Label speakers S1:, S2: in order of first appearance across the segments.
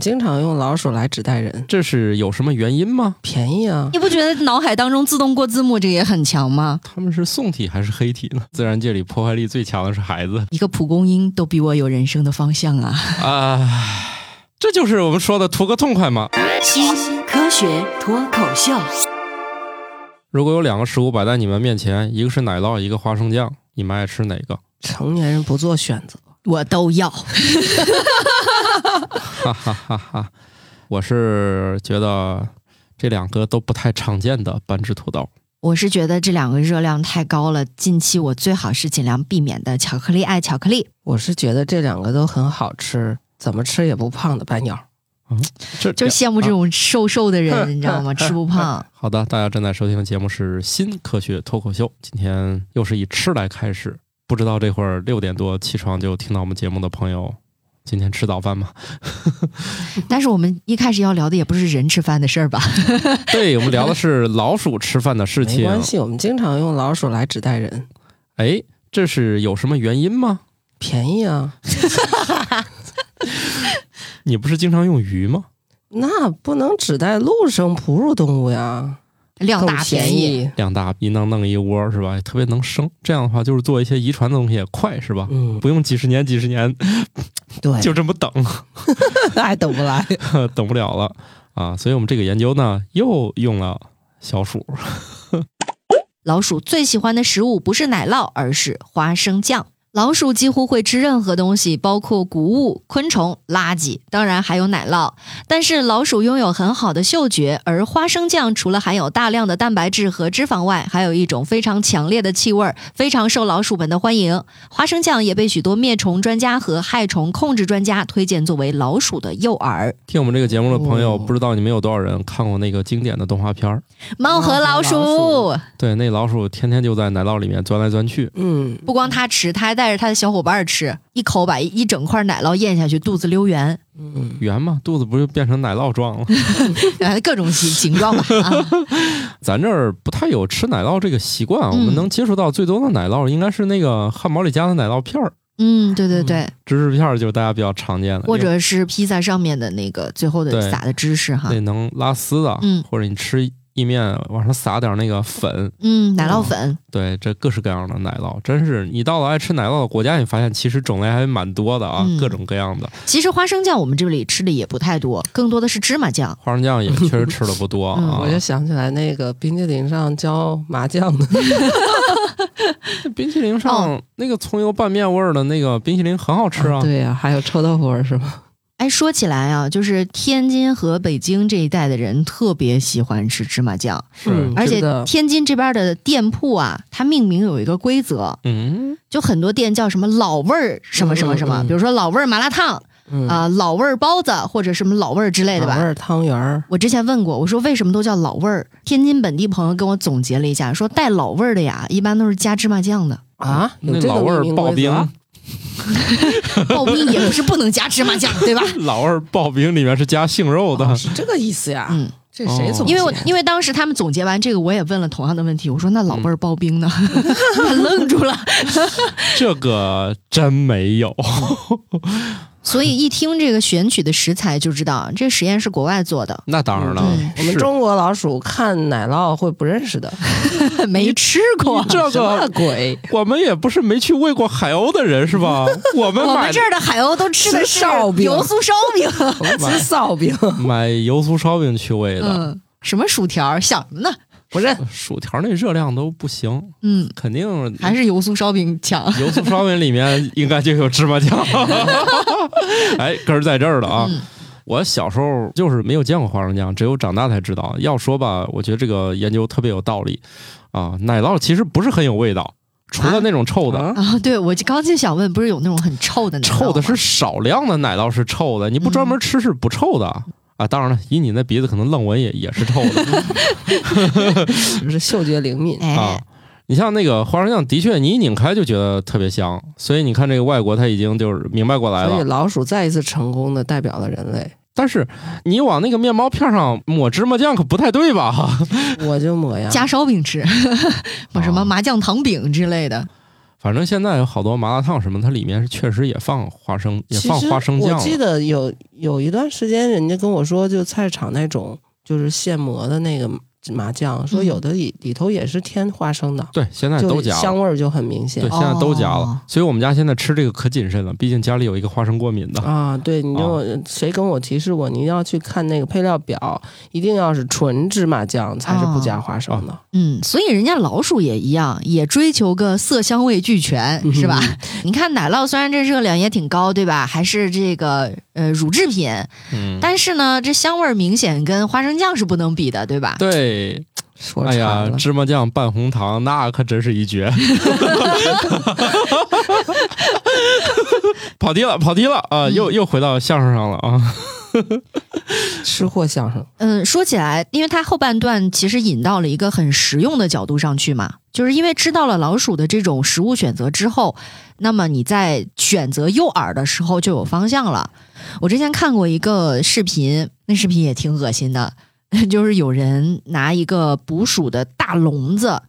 S1: 经常用老鼠来指代人，
S2: 这是有什么原因吗？
S1: 便宜啊！
S3: 你不觉得脑海当中自动过字幕这个也很强吗？
S2: 他们是宋体还是黑体呢？自然界里破坏力最强的是孩子
S3: 一个蒲公英都比我有人生的方向啊！
S2: 啊，这就是我们说的图个痛快嘛。
S4: 新科学脱口秀，
S2: 如果有两个食物摆在你们面前，一个是奶酪，一个花生酱，你们爱吃哪个？
S1: 成年人不做选择，
S3: 我都要，
S2: 哈哈哈哈！我是觉得这两个都不太常见的半只土豆。
S3: 我是觉得这两个热量太高了，近期我最好是尽量避免的。巧克力爱巧克力，
S1: 我是觉得这两个都很好吃，怎么吃也不胖的白鸟。
S2: 这
S3: 就是羡慕这种瘦瘦的人，
S2: 啊
S3: 你知道吗？吃不 胖。
S2: 好的，大家正在收听的节目是《新科学脱口秀》，今天又是以吃来开始。不知道这会儿六点多起床就听到我们节目的朋友，今天吃早饭吗？
S3: 但是我们一开始要聊的也不是人吃饭的事儿吧？
S2: 对我们聊的是老鼠吃饭的事
S1: 没
S2: 情。
S1: 关系，我们经常用老鼠来指代人，
S2: 哎，这是有什么原因吗？
S1: 便宜啊！
S2: 你不是经常用鱼吗？
S1: 那不能指代陆生哺乳动物呀，
S3: 量
S1: 更
S3: 大
S1: 便
S3: 便宜，
S2: 量大一弄弄一窝是吧？特别能生，这样的话就是做一些遗传的东西也快是吧？
S1: 嗯，
S2: 不用几十年几十
S1: 哎
S2: 年
S1: 对，
S2: 就这么等，
S1: 爱等不来。
S2: 等不了了啊！所以我们这个研究呢，又用了小鼠。
S3: 老鼠最喜欢的食物不是奶酪，而是花生酱。老鼠几乎会吃任何东西，包括谷物、昆虫、垃圾，当然还有奶酪。但是老鼠拥有很好的嗅觉，而花生酱除了含有大量的蛋白质和脂肪外，还有一种非常强烈的气味儿，非常受老鼠们的欢迎。花生酱也被许多灭虫专家和害虫控制专家推荐作为老鼠的诱饵。
S2: 听我们这个节目的朋友，
S1: 哦
S2: 不知道你们有多少人看过那个经典的动画片儿？
S3: 猫和老
S1: 猫和
S3: 鼠，
S2: 对，那老鼠天天就在奶酪里面钻来钻去。
S1: 嗯，
S3: 不光它吃，它还带着它的小伙伴儿吃，一口把一整块奶酪咽下去，肚子溜圆。
S2: 嗯
S1: 嗯
S2: 圆嘛，肚子不就变成奶酪 状了？
S3: 哎，各种形形状吧。啊，
S2: 咱这儿不太有吃奶酪这个习惯啊，我们
S3: 嗯
S2: 能接触到最多的奶酪应该是那个汉堡里加的奶酪片儿，
S3: 嗯，对对对，
S2: 芝士片儿就是大家比较常见的，
S3: 或者是披萨上面的那个最后
S2: 对
S3: 的撒的芝士哈
S2: 那，能拉丝的，
S3: 啊嗯
S2: 或者你吃意面往上撒点那个粉，
S3: 嗯，奶酪粉，
S2: 对，这各式各样的奶酪，真是你到了爱吃奶酪的国家，你发现其实种类还蛮多的啊，
S3: 嗯
S2: 各种各样的。
S3: 其实花生酱我们这里吃的也不太多，更多的是芝麻酱。
S2: 花生酱也确实吃的不多
S3: 嗯
S2: 啊
S1: 我，就想起来那个冰激凌上浇麻酱的，
S2: 那冰淇淋上那个葱油拌面味儿的那个冰淇淋很好吃啊，
S1: 哦 对呀、还有臭豆腐味儿是吧？
S3: 哎，说起来啊，就是天津和北京这一带的人特别喜欢吃芝麻酱，
S2: 是
S1: 嗯，
S3: 而且
S1: 是的
S3: 天津这边的店铺啊，它命名有一个规则，
S2: 嗯，
S3: 就很多店叫什么老味儿什么什么什么，
S1: 嗯嗯嗯
S3: 比如说老味儿麻辣烫
S1: 嗯，
S3: 啊、老味儿包子或者什么老味儿之类的吧
S1: 老味。儿汤圆儿，
S3: 我之前问过，我说为什么都叫老味儿？天津本地朋友跟我总结了一下，说带老味儿的呀，一般都是加芝麻 酱的。
S1: 啊，有
S2: 那
S1: 这个
S2: 老味儿
S1: 命名
S2: 刨
S1: 规则
S2: 冰，
S1: 啊
S3: 刨冰也不是不能加芝麻酱，对吧？
S2: 老味儿刨冰里面是加杏肉的
S1: 哦，是这个意思呀？
S3: 嗯，
S1: 这谁总结？
S3: 因为我因为当时他们总结完这个，我也问了同样的问题，我说那老味儿刨冰 呢？他愣住了。
S2: 这个真没有。
S3: 所以一听这个选取的食材就知道，这实验是国外 做的，
S2: 那当然了，
S1: 嗯我们
S2: 是
S1: 中国老鼠看奶酪会不认 识的，
S3: 没吃过。
S2: 这
S1: 什
S2: 个
S1: 么 鬼？
S2: 我们也不是没去喂过海鸥的人 是吧？我们
S3: 我
S2: 买
S3: 们这儿的海鸥都吃的
S1: 吃
S3: 是
S1: 烧饼
S3: 油酥烧 饼，
S1: 我们吃烧 饼
S2: 买油酥烧饼去喂的，
S3: 嗯，什么薯条，想什么呢？
S1: 不认，
S2: 薯条那热量都不行，
S3: 嗯，
S2: 肯定
S3: 还是油酥烧饼强。
S2: 油醋烧饼里面应该就有芝麻酱。 哎，根儿在这儿了啊！
S3: 嗯
S2: 我小时候就是没有见过花生酱，只有长大才知道。要说吧，我觉得这个研究特别有道理啊。奶酪其实不是很有味道，除了那种臭的，
S1: 啊
S3: 啊，对，我就刚就想问，不是有那种很臭的奶酪吗
S2: 臭的是少量的奶酪是臭的，你不专
S1: 嗯
S2: 门吃是不臭的。啊，当然了，以你那鼻子可能愣闻也也是臭 的
S1: 是不是嗅觉灵敏？
S3: 哎，
S2: 啊。你像那个花生酱，的确你一拧开就觉得特别香，所以你看这个外国他已经就是明白过来了。
S1: 所以老鼠再一次成功的代表了人类，
S2: 但是你往那个面包片上抹芝麻酱可不太对吧？
S1: 我就抹呀，
S3: 啊加烧饼吃，或什么麻酱糖饼之类的。
S2: 反正现在有好多麻辣烫什么，它里面是确实也放花生，也
S1: 其
S2: 放
S1: 实
S2: 花生酱
S1: 我记
S2: 了。
S1: 得有有一段时间，人家跟我说，就菜市场那种就是现磨的那个麻酱，说
S3: 嗯
S1: 有的里里头也是添花生的，
S2: 对，现在都
S1: 就
S2: 加了
S1: 香味儿就很明
S2: 对，
S1: 显
S2: 现在都加了，
S3: 哦
S2: 所以我们家现在吃这个可谨慎了，毕竟家里有一个花生过敏的。
S1: 啊。对，你就谁跟我提示过，你要去看那个配料表，一定要是纯芝麻酱才是不加花生的。
S3: 嗯，所以人家老鼠也一样，也追求个色香味俱全，是吧？ 你看奶酪虽然这热量也挺高，对吧？还是这个呃乳制品，
S2: 嗯，
S3: 但是呢，这香味儿明显跟花生酱是不能比的，对吧？
S2: 对，
S1: 说
S2: 哎
S1: 馋
S2: 呀，
S1: 了，
S2: 芝麻酱拌红糖那可真是 一绝。 跑题了，跑题了啊、又又回到相声上了啊！
S1: 吃货相声
S3: 嗯，说起来，因为它后半段其实引到了一个很实用的角度上去嘛，就是因为知道了老鼠的这种食物选择之后，那么你在选择诱饵的时候就有方向了。我之前看过一个视频，那视频也挺恶心的， 就是有人拿一个捕鼠的大笼子，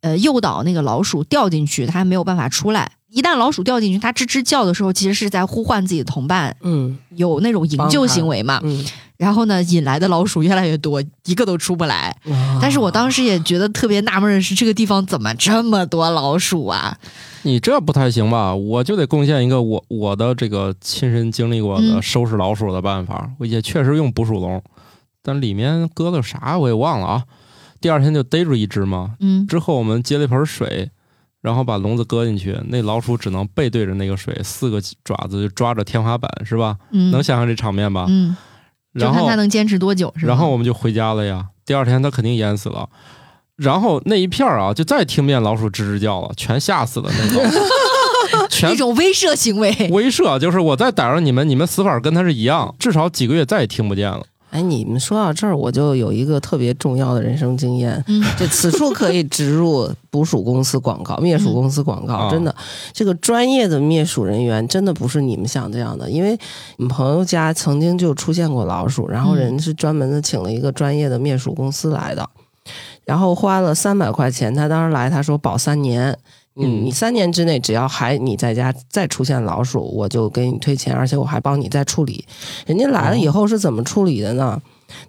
S3: 呃，诱导那个老鼠掉进去，它还没有办法出来。一旦老鼠掉进去，它吱吱叫的时候，其实是在呼唤自己的同伴，
S1: 嗯
S3: 有那种营
S1: 帮
S3: 救
S1: 它
S3: 行为嘛。
S1: 嗯，
S3: 然后呢，引来的老鼠越来越多，一个都出不来。
S1: 啊
S3: 但是我当时也觉得特别纳闷的是，这个地方怎么这么多老鼠啊？
S2: 你这不太行吧？我就得贡献一个我我的这个亲身经历过的
S3: 嗯
S2: 收拾老鼠的办法，我也确实用捕鼠笼，但里面搁的啥我也忘了啊。第二天就逮住一只嘛，
S3: 嗯，
S2: 之后我们接了一盆水，然后把笼子搁进去，那老鼠只能背对着那个水，四个爪子就抓着天花板，是吧？
S3: 嗯
S2: 能想象这场面吧？
S3: 嗯，就
S2: 然
S3: 看
S2: 后
S3: 它，能坚持多久，是吧？
S2: 然后我们就回家了呀。第二天它肯定淹死了。然后那一片儿啊，就再听不见老鼠吱吱叫了，全吓死了那种，全
S3: 一种威慑行为，
S2: 威慑，就是我再逮着你们，你们死法跟它是一样，至少几个月再也听不见了。
S1: 哎，你们说到这儿，我就有一个特别重要的人生经验，
S3: 嗯
S1: 这此处可以植入捕鼠公司广告、灭鼠公司广告。
S2: 啊
S1: 真的，这个专业的灭鼠人员真的不是你们想这样的，因为我们朋友家曾经就出现过老鼠，然后
S3: 嗯
S1: 人是专门的请了一个专业的灭鼠公司来的，然后花了三百块钱。他当时来，他说保三年。你
S2: 嗯
S1: 你三年之内，只要还你在家再出现老鼠，我就给你退钱，而且我还帮你再处理。人家来了以后是怎么处理的呢？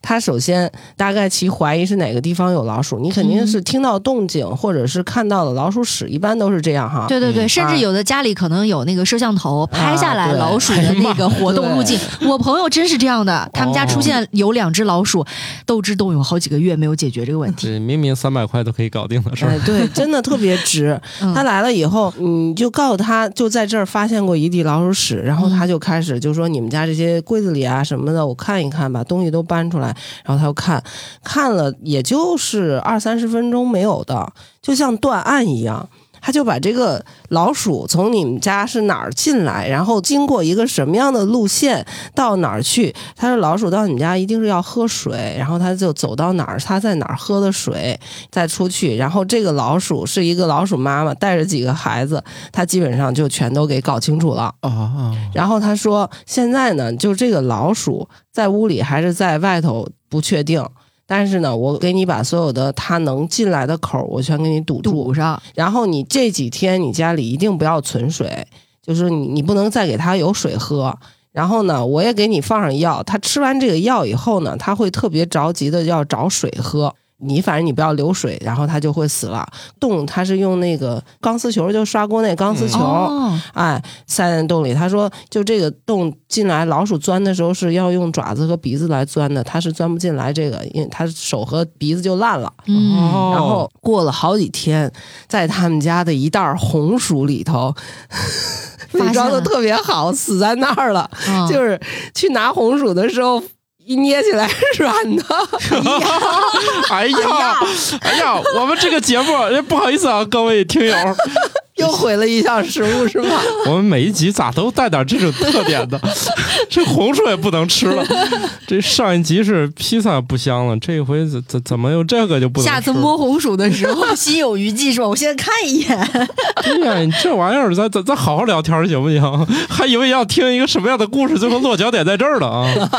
S1: 他首先大概其怀疑是哪个地方有老鼠，你肯定是听到动静、或者是看到了老鼠屎，一般都是这样哈。
S3: 对对对，
S2: 嗯啊
S3: 甚至有的家里可能有那个摄像头拍下来
S1: 对
S3: 老鼠的那个活动 路径。我朋友真是这样的，他们家出现有两只老鼠，斗智斗勇好几个月没有解决这个问题。
S2: 这明明三百块都可以搞定的事儿
S1: 哎，，对，真的特别值。
S3: 嗯
S1: 他来了以后，你就告诉他，就在这儿发现过一地老鼠屎，然后
S3: 嗯
S1: 他就开始就说你们家这些柜子里啊什么的，我看一看吧，东西都搬出来，然后他就看，看了也就是二三十分钟没有的，就像断案一样。他就把这个老鼠从你们家是哪儿进来，然后经过一个什么样的路线到哪儿去。他说老鼠到你们家一定是要喝水，然后他就走到哪儿，他在哪儿喝的水，再出去。然后这个老鼠是一个老鼠妈妈带着几个孩子，他基本上就全都给搞清楚了。
S2: 啊，
S1: 然后他说，现在呢，就这个老鼠在屋里还是在外头不确定。但是呢，我给你把所有的它能进来的口儿，我全给你堵住。
S3: 堵上，
S1: 然后你这几天你家里一定不要存水，就是你你不能再给它有水喝。然后呢，我也给你放上药，它吃完这个药以后呢，它会特别着急的要找水喝。你反正你不要流水，然后它就会死了。洞它是用那个钢丝球，就刷锅那钢丝
S2: 嗯
S1: 球，
S3: 哦，
S1: 哎，塞在洞里。他说，就这个洞进来，老鼠钻的时候是要用爪子和鼻子来钻的，它是钻不进来这个，因为它手和鼻子就烂了。
S3: 嗯，
S2: 哦
S1: 然后过了好几天，在他们家的一袋红薯里 头，
S3: 现了
S1: 伪装的特别好，死在那儿了。
S3: 嗯
S1: 就是去拿红薯的时候，一捏起来是软 的。
S2: 哎呀，哎呀，我们这个节目，哎不好意思啊，各位听友，
S1: 又毁了一项食物是 吗？
S2: 我们每一集咋都带点这种特点的？ 这红薯也不能吃了。这上一集是披萨不香了，这回怎怎怎么又这个就不能吃了？
S3: 下次摸红薯的时 候心有余悸，是吧？我现在看一眼，
S2: 对哎呀、你这玩意儿，咱咱咱好好聊天行不行？ 还以为要听一个什么样的故事，最后落脚点在这儿了啊！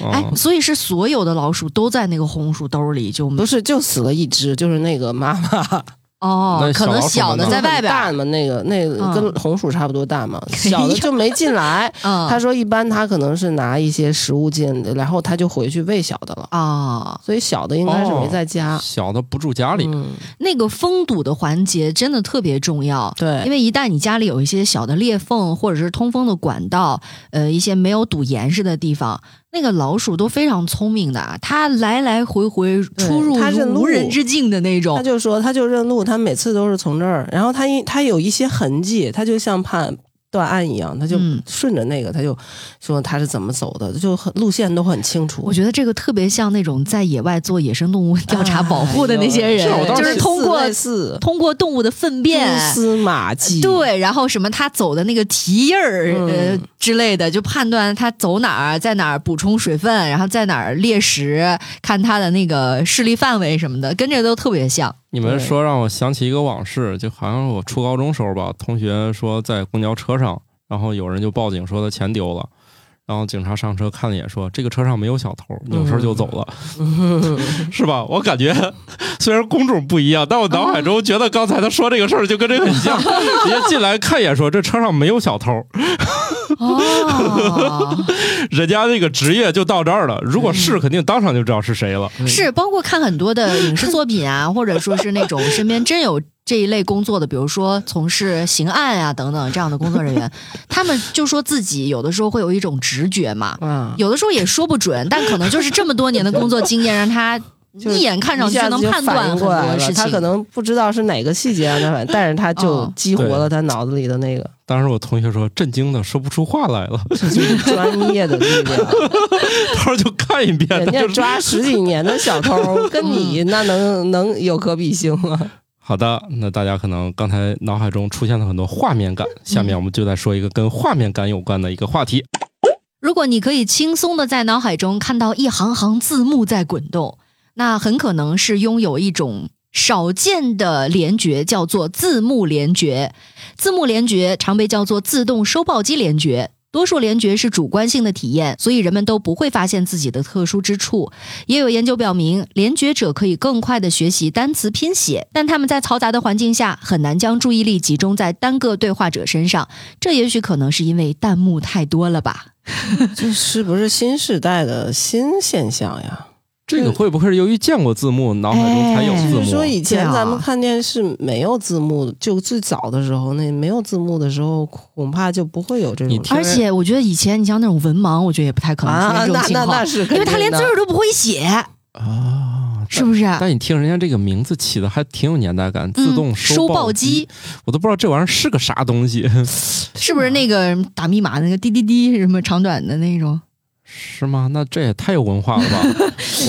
S3: 哎
S2: 啊，，
S3: 所以是所有的老鼠都在那个红薯兜里就没
S1: 不是，就死了一只，就是那个妈妈。
S3: 哦
S2: 那，
S3: 可能
S2: 小
S3: 小
S2: 老鼠
S3: 的
S2: 呢
S3: 在外边儿，
S1: 大嘛，那个那个
S3: 嗯
S1: 跟红薯差不多大嘛，小的就没进 来。
S3: 嗯，
S1: 他说一般他可能是拿一些食物进，然后他就回去喂小的了，
S3: 哦，
S1: 所以小的应该是没在哦家。
S2: 小的不住家里，
S1: 啊嗯，
S3: 那个封堵的环节真的特别重要。因
S1: 对，
S3: 为一旦你家里有一些小的裂缝或者是通风的管道，呃，一些没有堵严实的地方，那个老鼠都非常聪明的啊，它来来回回出入
S1: 它认
S3: 如
S1: 路
S3: 无人之境的那
S1: 他
S3: 种。
S1: 就说他就认路，他每次都是从这儿，然后他一他有一些痕迹，他就像判断案一样，他就
S3: 嗯
S1: 顺着那个，他就说他是怎么走的，就很路线都很清楚。
S3: 我觉得这个特别像那种在野外做野生动物调查保护的那些人，
S2: 哎呦是我当
S3: 就
S2: 时
S3: 是通过
S1: 哎类似
S3: 通过动物的粪
S1: 蛛
S3: 便。
S1: 丝马迹，
S3: 对，然后什么他走的那个蹄印儿、呃
S1: 嗯
S3: 之类的，就判断他走哪儿，在哪儿补充水分，然后在哪儿猎食，看他的那个视力范围什么的，跟这都特别像。
S2: 你们
S1: 对
S2: 说让我想起一个往事，就好像我初高中时候吧，同学说在公交车上，然后有人就报警说他钱丢了，然后警察上车看了一眼说这个车上没有小偷，扭头就走了， 是吧？我感觉 虽然工种不一样，但我脑海中觉得刚才他说这个事儿就跟这个很 像，人家进来看一眼说这车上没有小偷，
S3: 哦，
S2: 人家那个职业就到这儿了，如果是肯定当场就知道是谁了。
S1: 嗯
S3: 是包括看很多 的影视作品啊，或者说是那种身边真有这一类工作的，比如说从事刑案啊等等这样的工作 人员，他们就说自己有的时候会有一种直觉嘛，
S1: 啊，
S3: 有的时候也说不准，但可能就是这么多年的工作经验让他。
S1: 就是
S3: 一眼看上
S1: 一
S3: 去
S1: 下
S3: 就
S1: 子
S3: 能
S1: 就
S3: 判
S1: 反
S3: 断
S1: 应
S3: 很
S1: 过来
S3: 多
S1: 了
S3: 事情，
S1: 他可能不知道是哪个细节啊， 但但是他就
S3: 哦
S1: 激活
S2: 对
S1: 了他脑子里的那个，
S2: 当时我同学说震惊的说不出话来了，
S1: 这就是专业的力量。
S2: 他说就看一遍，
S1: 人
S2: 他
S1: 家
S2: 就说
S1: 抓十几年的小
S3: 嗯
S1: 偷，跟你那能能有可比性吗？
S2: 好的，那大家可能刚才脑海中出现了很多画面感，下面我们就再说一个跟画面感有关的一个话题。
S3: 如果你可以轻松的在脑海中看到一行行字幕在滚动，那很可能是拥有一种少见的联觉，叫做字幕联觉。字幕联觉常被叫做自动收报机联觉。多数联觉是主观性的体验，所以人们都不会发现自己的特殊之处。也有研究表明，联觉者可以更快地学习单词拼写，但他们在嘈杂的环境下很难将注意力集中在单个对话者身上。这也许可能是因为弹幕太多了吧。
S1: 这是不是新时代的新现象呀？
S2: 这个会不会是由于见过字幕，脑海中才有
S3: 哎
S2: 字
S1: 就
S2: 幕？
S1: 是嗯说，以前
S3: 对啊
S1: 咱们看电视没有字幕，就最早的时候，那没有字幕的时候，恐怕就不会有这
S2: 你
S1: 种
S2: 听。
S3: 而且我觉得以前你像那种文盲，我觉得也不太可能出
S1: 啊
S3: 现，这种
S1: 那
S3: 情
S1: 那
S3: 况，
S1: 那是肯定的，
S3: 因为他连字儿都不会写，
S2: 啊，
S3: 是不是？
S2: 但你听人家这个名字起的还挺有年代感，自动
S3: 嗯、
S2: 收
S3: 收报
S2: 机，，我都不知道这玩意儿是个啥东西，
S3: 是
S1: 嗯
S3: 不是那个打密码那个滴滴滴什么长短的那种？
S2: 是吗？那这也太有文化了吧！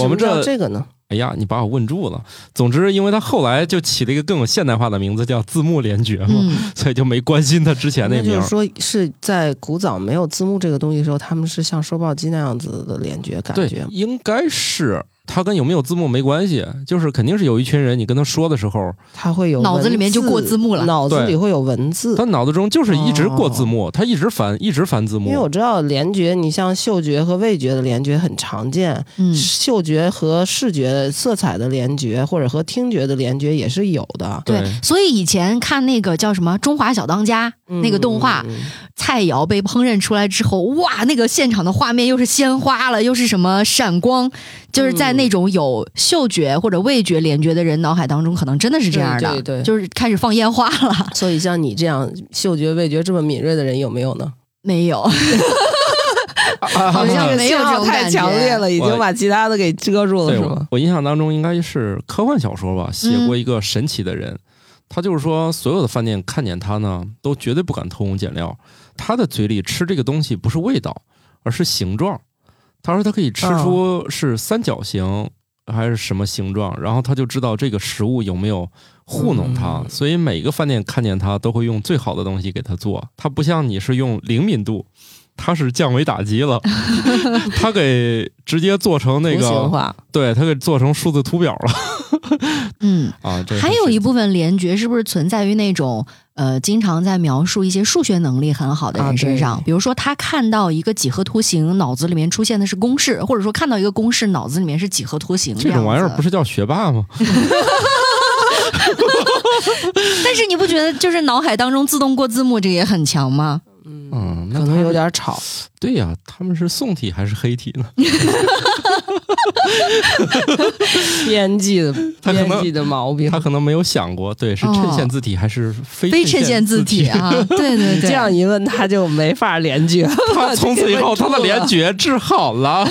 S2: 我们
S1: 知道
S2: 这
S1: 这个呢，
S2: 哎呀，你把我问住了。总之，因为他后来就起了一个更有现代化的名字，叫字幕联觉嘛，
S3: 嗯，
S2: 所以就没关心他之前那
S1: 那
S2: 名
S1: 就
S2: 儿
S1: 是。说是在古早没有字幕这个东西的时候，他们是像收报机那样子的联觉感
S2: 对
S1: 觉，。
S2: 应该是它跟有没有字幕没关系，就是肯定是有一群人，你跟他说的时候，
S1: 他会有
S3: 脑子里面就
S1: 文字
S3: 过字幕了
S1: 脑子
S2: 对
S1: 里会有文字。哦
S2: 他脑子中就是一直过字幕，他一直翻，一直翻字
S1: 因为我
S2: 幕。
S1: 知道联觉，你像嗅觉和味觉的联觉很常见，
S3: 嗯
S1: 嗅觉和视觉、色彩的联觉，或者和听觉的联觉也是有的。
S3: 对
S2: 对，
S3: 所以以前看那个叫什么《中华小当家》那个动画，
S1: 嗯，嗯嗯
S3: 菜肴被烹饪出来之后，哇，那个现场的画面又是鲜花了，又是什么闪光，就是
S1: 嗯
S3: 在那种有嗅觉或者味觉联觉的人脑海当中，可能真的是这样的，
S1: 对对对
S3: 就是开始放烟花了。
S1: 所以像你这样嗅觉、味觉这么敏锐的人有没有 呢？
S3: 没有，好
S1: 好
S3: 像没有这种
S1: 太
S3: 感觉
S1: 强烈了，已
S2: 我
S1: 经把其他的给遮住了，
S2: 对
S1: 是
S2: 我
S1: 吗？嗯
S2: 我印象当中应该是科幻小说吧，写过一个神奇的人，他就是说所有的饭店看见他呢，都绝对不敢偷工减料，他的嘴里吃这个东西不是味道，而是形状。他说他可以吃
S1: 啊
S2: 出是三角形。还是什么形状，然后他就知道这个食物有没有糊
S1: 嗯
S2: 弄他，所以每个饭店看见他都会用最好的东西给他做。他不像你是用灵敏度，他是降维打 击了，他给直接做成那
S1: 图
S2: 个
S1: 形化，
S2: 对，它给做成数字图表了
S3: 嗯，
S2: 啊。这
S3: 还有一部分联觉是不是存在于那种呃，经常在描述一些数学能力很好的
S1: 啊
S3: 人身
S1: 对
S3: 上？比如说他看到一个几何图形，脑子里面出现的是公式，或者说看到一个公式，脑子里面是几何图形。
S2: 这种玩意儿不
S3: 是
S2: 是叫学霸吗？
S3: 但是你不觉得就是脑海当中自动过字幕这个也很强吗？
S2: 嗯，那
S1: 可
S2: 他
S1: 能
S2: 们
S1: 有点 吵。
S2: 对呀、他们是宋体还是黑体呢？
S1: 编辑 的
S2: 他可能
S1: 编辑的毛病
S2: 他，可能没有想过，对，是衬线字体还是非
S3: 非
S2: 衬
S3: 衬线字
S2: 字
S3: 体？啊，对对对，
S1: 这样一问他就没法联 觉了。
S2: 他从此以后，他的联觉治好了。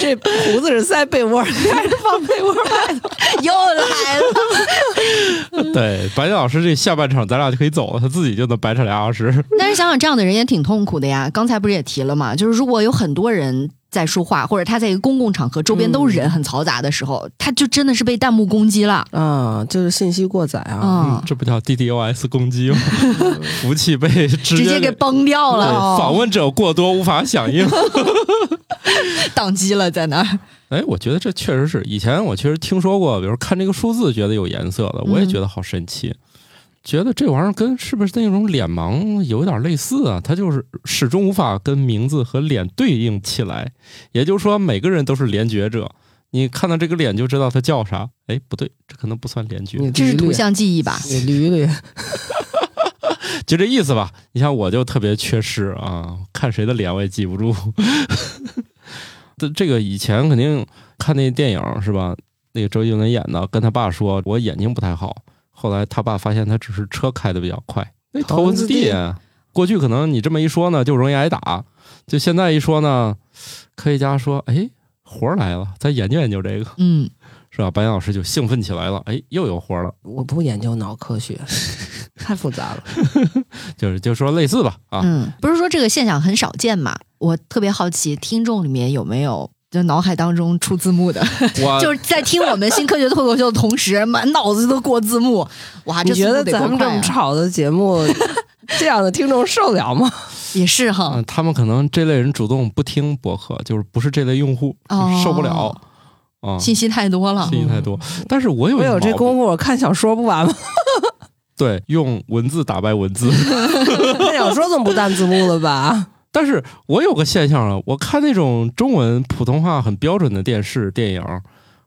S1: 这胡子是塞被窝里还是放被窝 外头？
S3: 又来了。
S2: 对，白老师这下半场咱俩就可以走了，他自己就能白扯俩小时。
S3: 但是想想这样的人也挺痛苦的呀。刚才不是也提了嘛，就是如果有很多人在说话，或者他在一个公共场合，周边都是人很嘈杂的时候，他就真的是被弹幕攻击了。
S1: 啊，就是信息过载啊。
S3: 嗯，
S2: 这不叫 DDoS 攻击 吗？服务器被直
S3: 直
S2: 接
S3: 接给崩掉
S2: 对
S3: 了，哦
S2: 访问者过多无法响应。
S3: 宕机了在那儿。
S2: 哎，我觉得这确实是以前我确实听说过，比如看这个数字觉得有颜色的，我也觉得好神奇，觉得这玩意儿跟是不是那种脸盲有点类似啊？它就是始终无法跟名字和脸对应起来，也就是说每个人都是联觉者，你看到这个脸就知道它叫啥。哎，不对，这可能不算联觉，
S1: 你
S3: 这是
S1: 捋捋
S3: 图，像记忆吧？
S1: 你捋一捋。
S2: 就这意思吧。你像我就特别缺失啊，看谁的脸我也记不住。 这这个以前肯定看那电影是吧？那个周杰伦演的，跟他爸说我眼睛不太好。后来他爸发现他只是车开的比较快。那头文字 D，过啊去可能你这么一说呢，就容易挨打。就现在一说呢，科学家说，哎，活儿来了，咱研究研究这个，
S3: 嗯，
S2: 是吧？白岩老师就兴奋起来了，哎，又有活儿了。
S1: 我不研究脑科学， 太复杂了。
S2: 就是就说类似吧，啊，
S3: 嗯，不是说这个现象很少见嘛？我特别好奇，听众里面有没有就脑海当中出字幕的，
S2: 我
S3: 就是在听我们新科学脱口秀的同时， 满脑子都过字幕。哇，
S1: 你
S3: 这
S1: 觉
S3: 速
S1: 得
S3: 度得
S1: 咱
S3: 多
S1: 们这
S3: 快
S1: 么
S3: 啊！
S1: 吵的节 目，这样的听众受了 吗？
S3: 也是哈
S2: 嗯，，他们可能这类人主动不听博客，就是不是这类用户，
S3: 哦
S2: 受不了啊，
S3: 信
S2: 信
S3: 息太多了。
S2: 息太多。但是我有
S1: 我
S2: 一
S1: 有这
S2: 毛病
S1: 功夫，我看小说不 完吗？
S2: 对，用文字打败文字。
S1: 看小说总不弹字幕了吧？
S2: 但是我有个现象啊，我看那种中文普通话很标准的电视电影，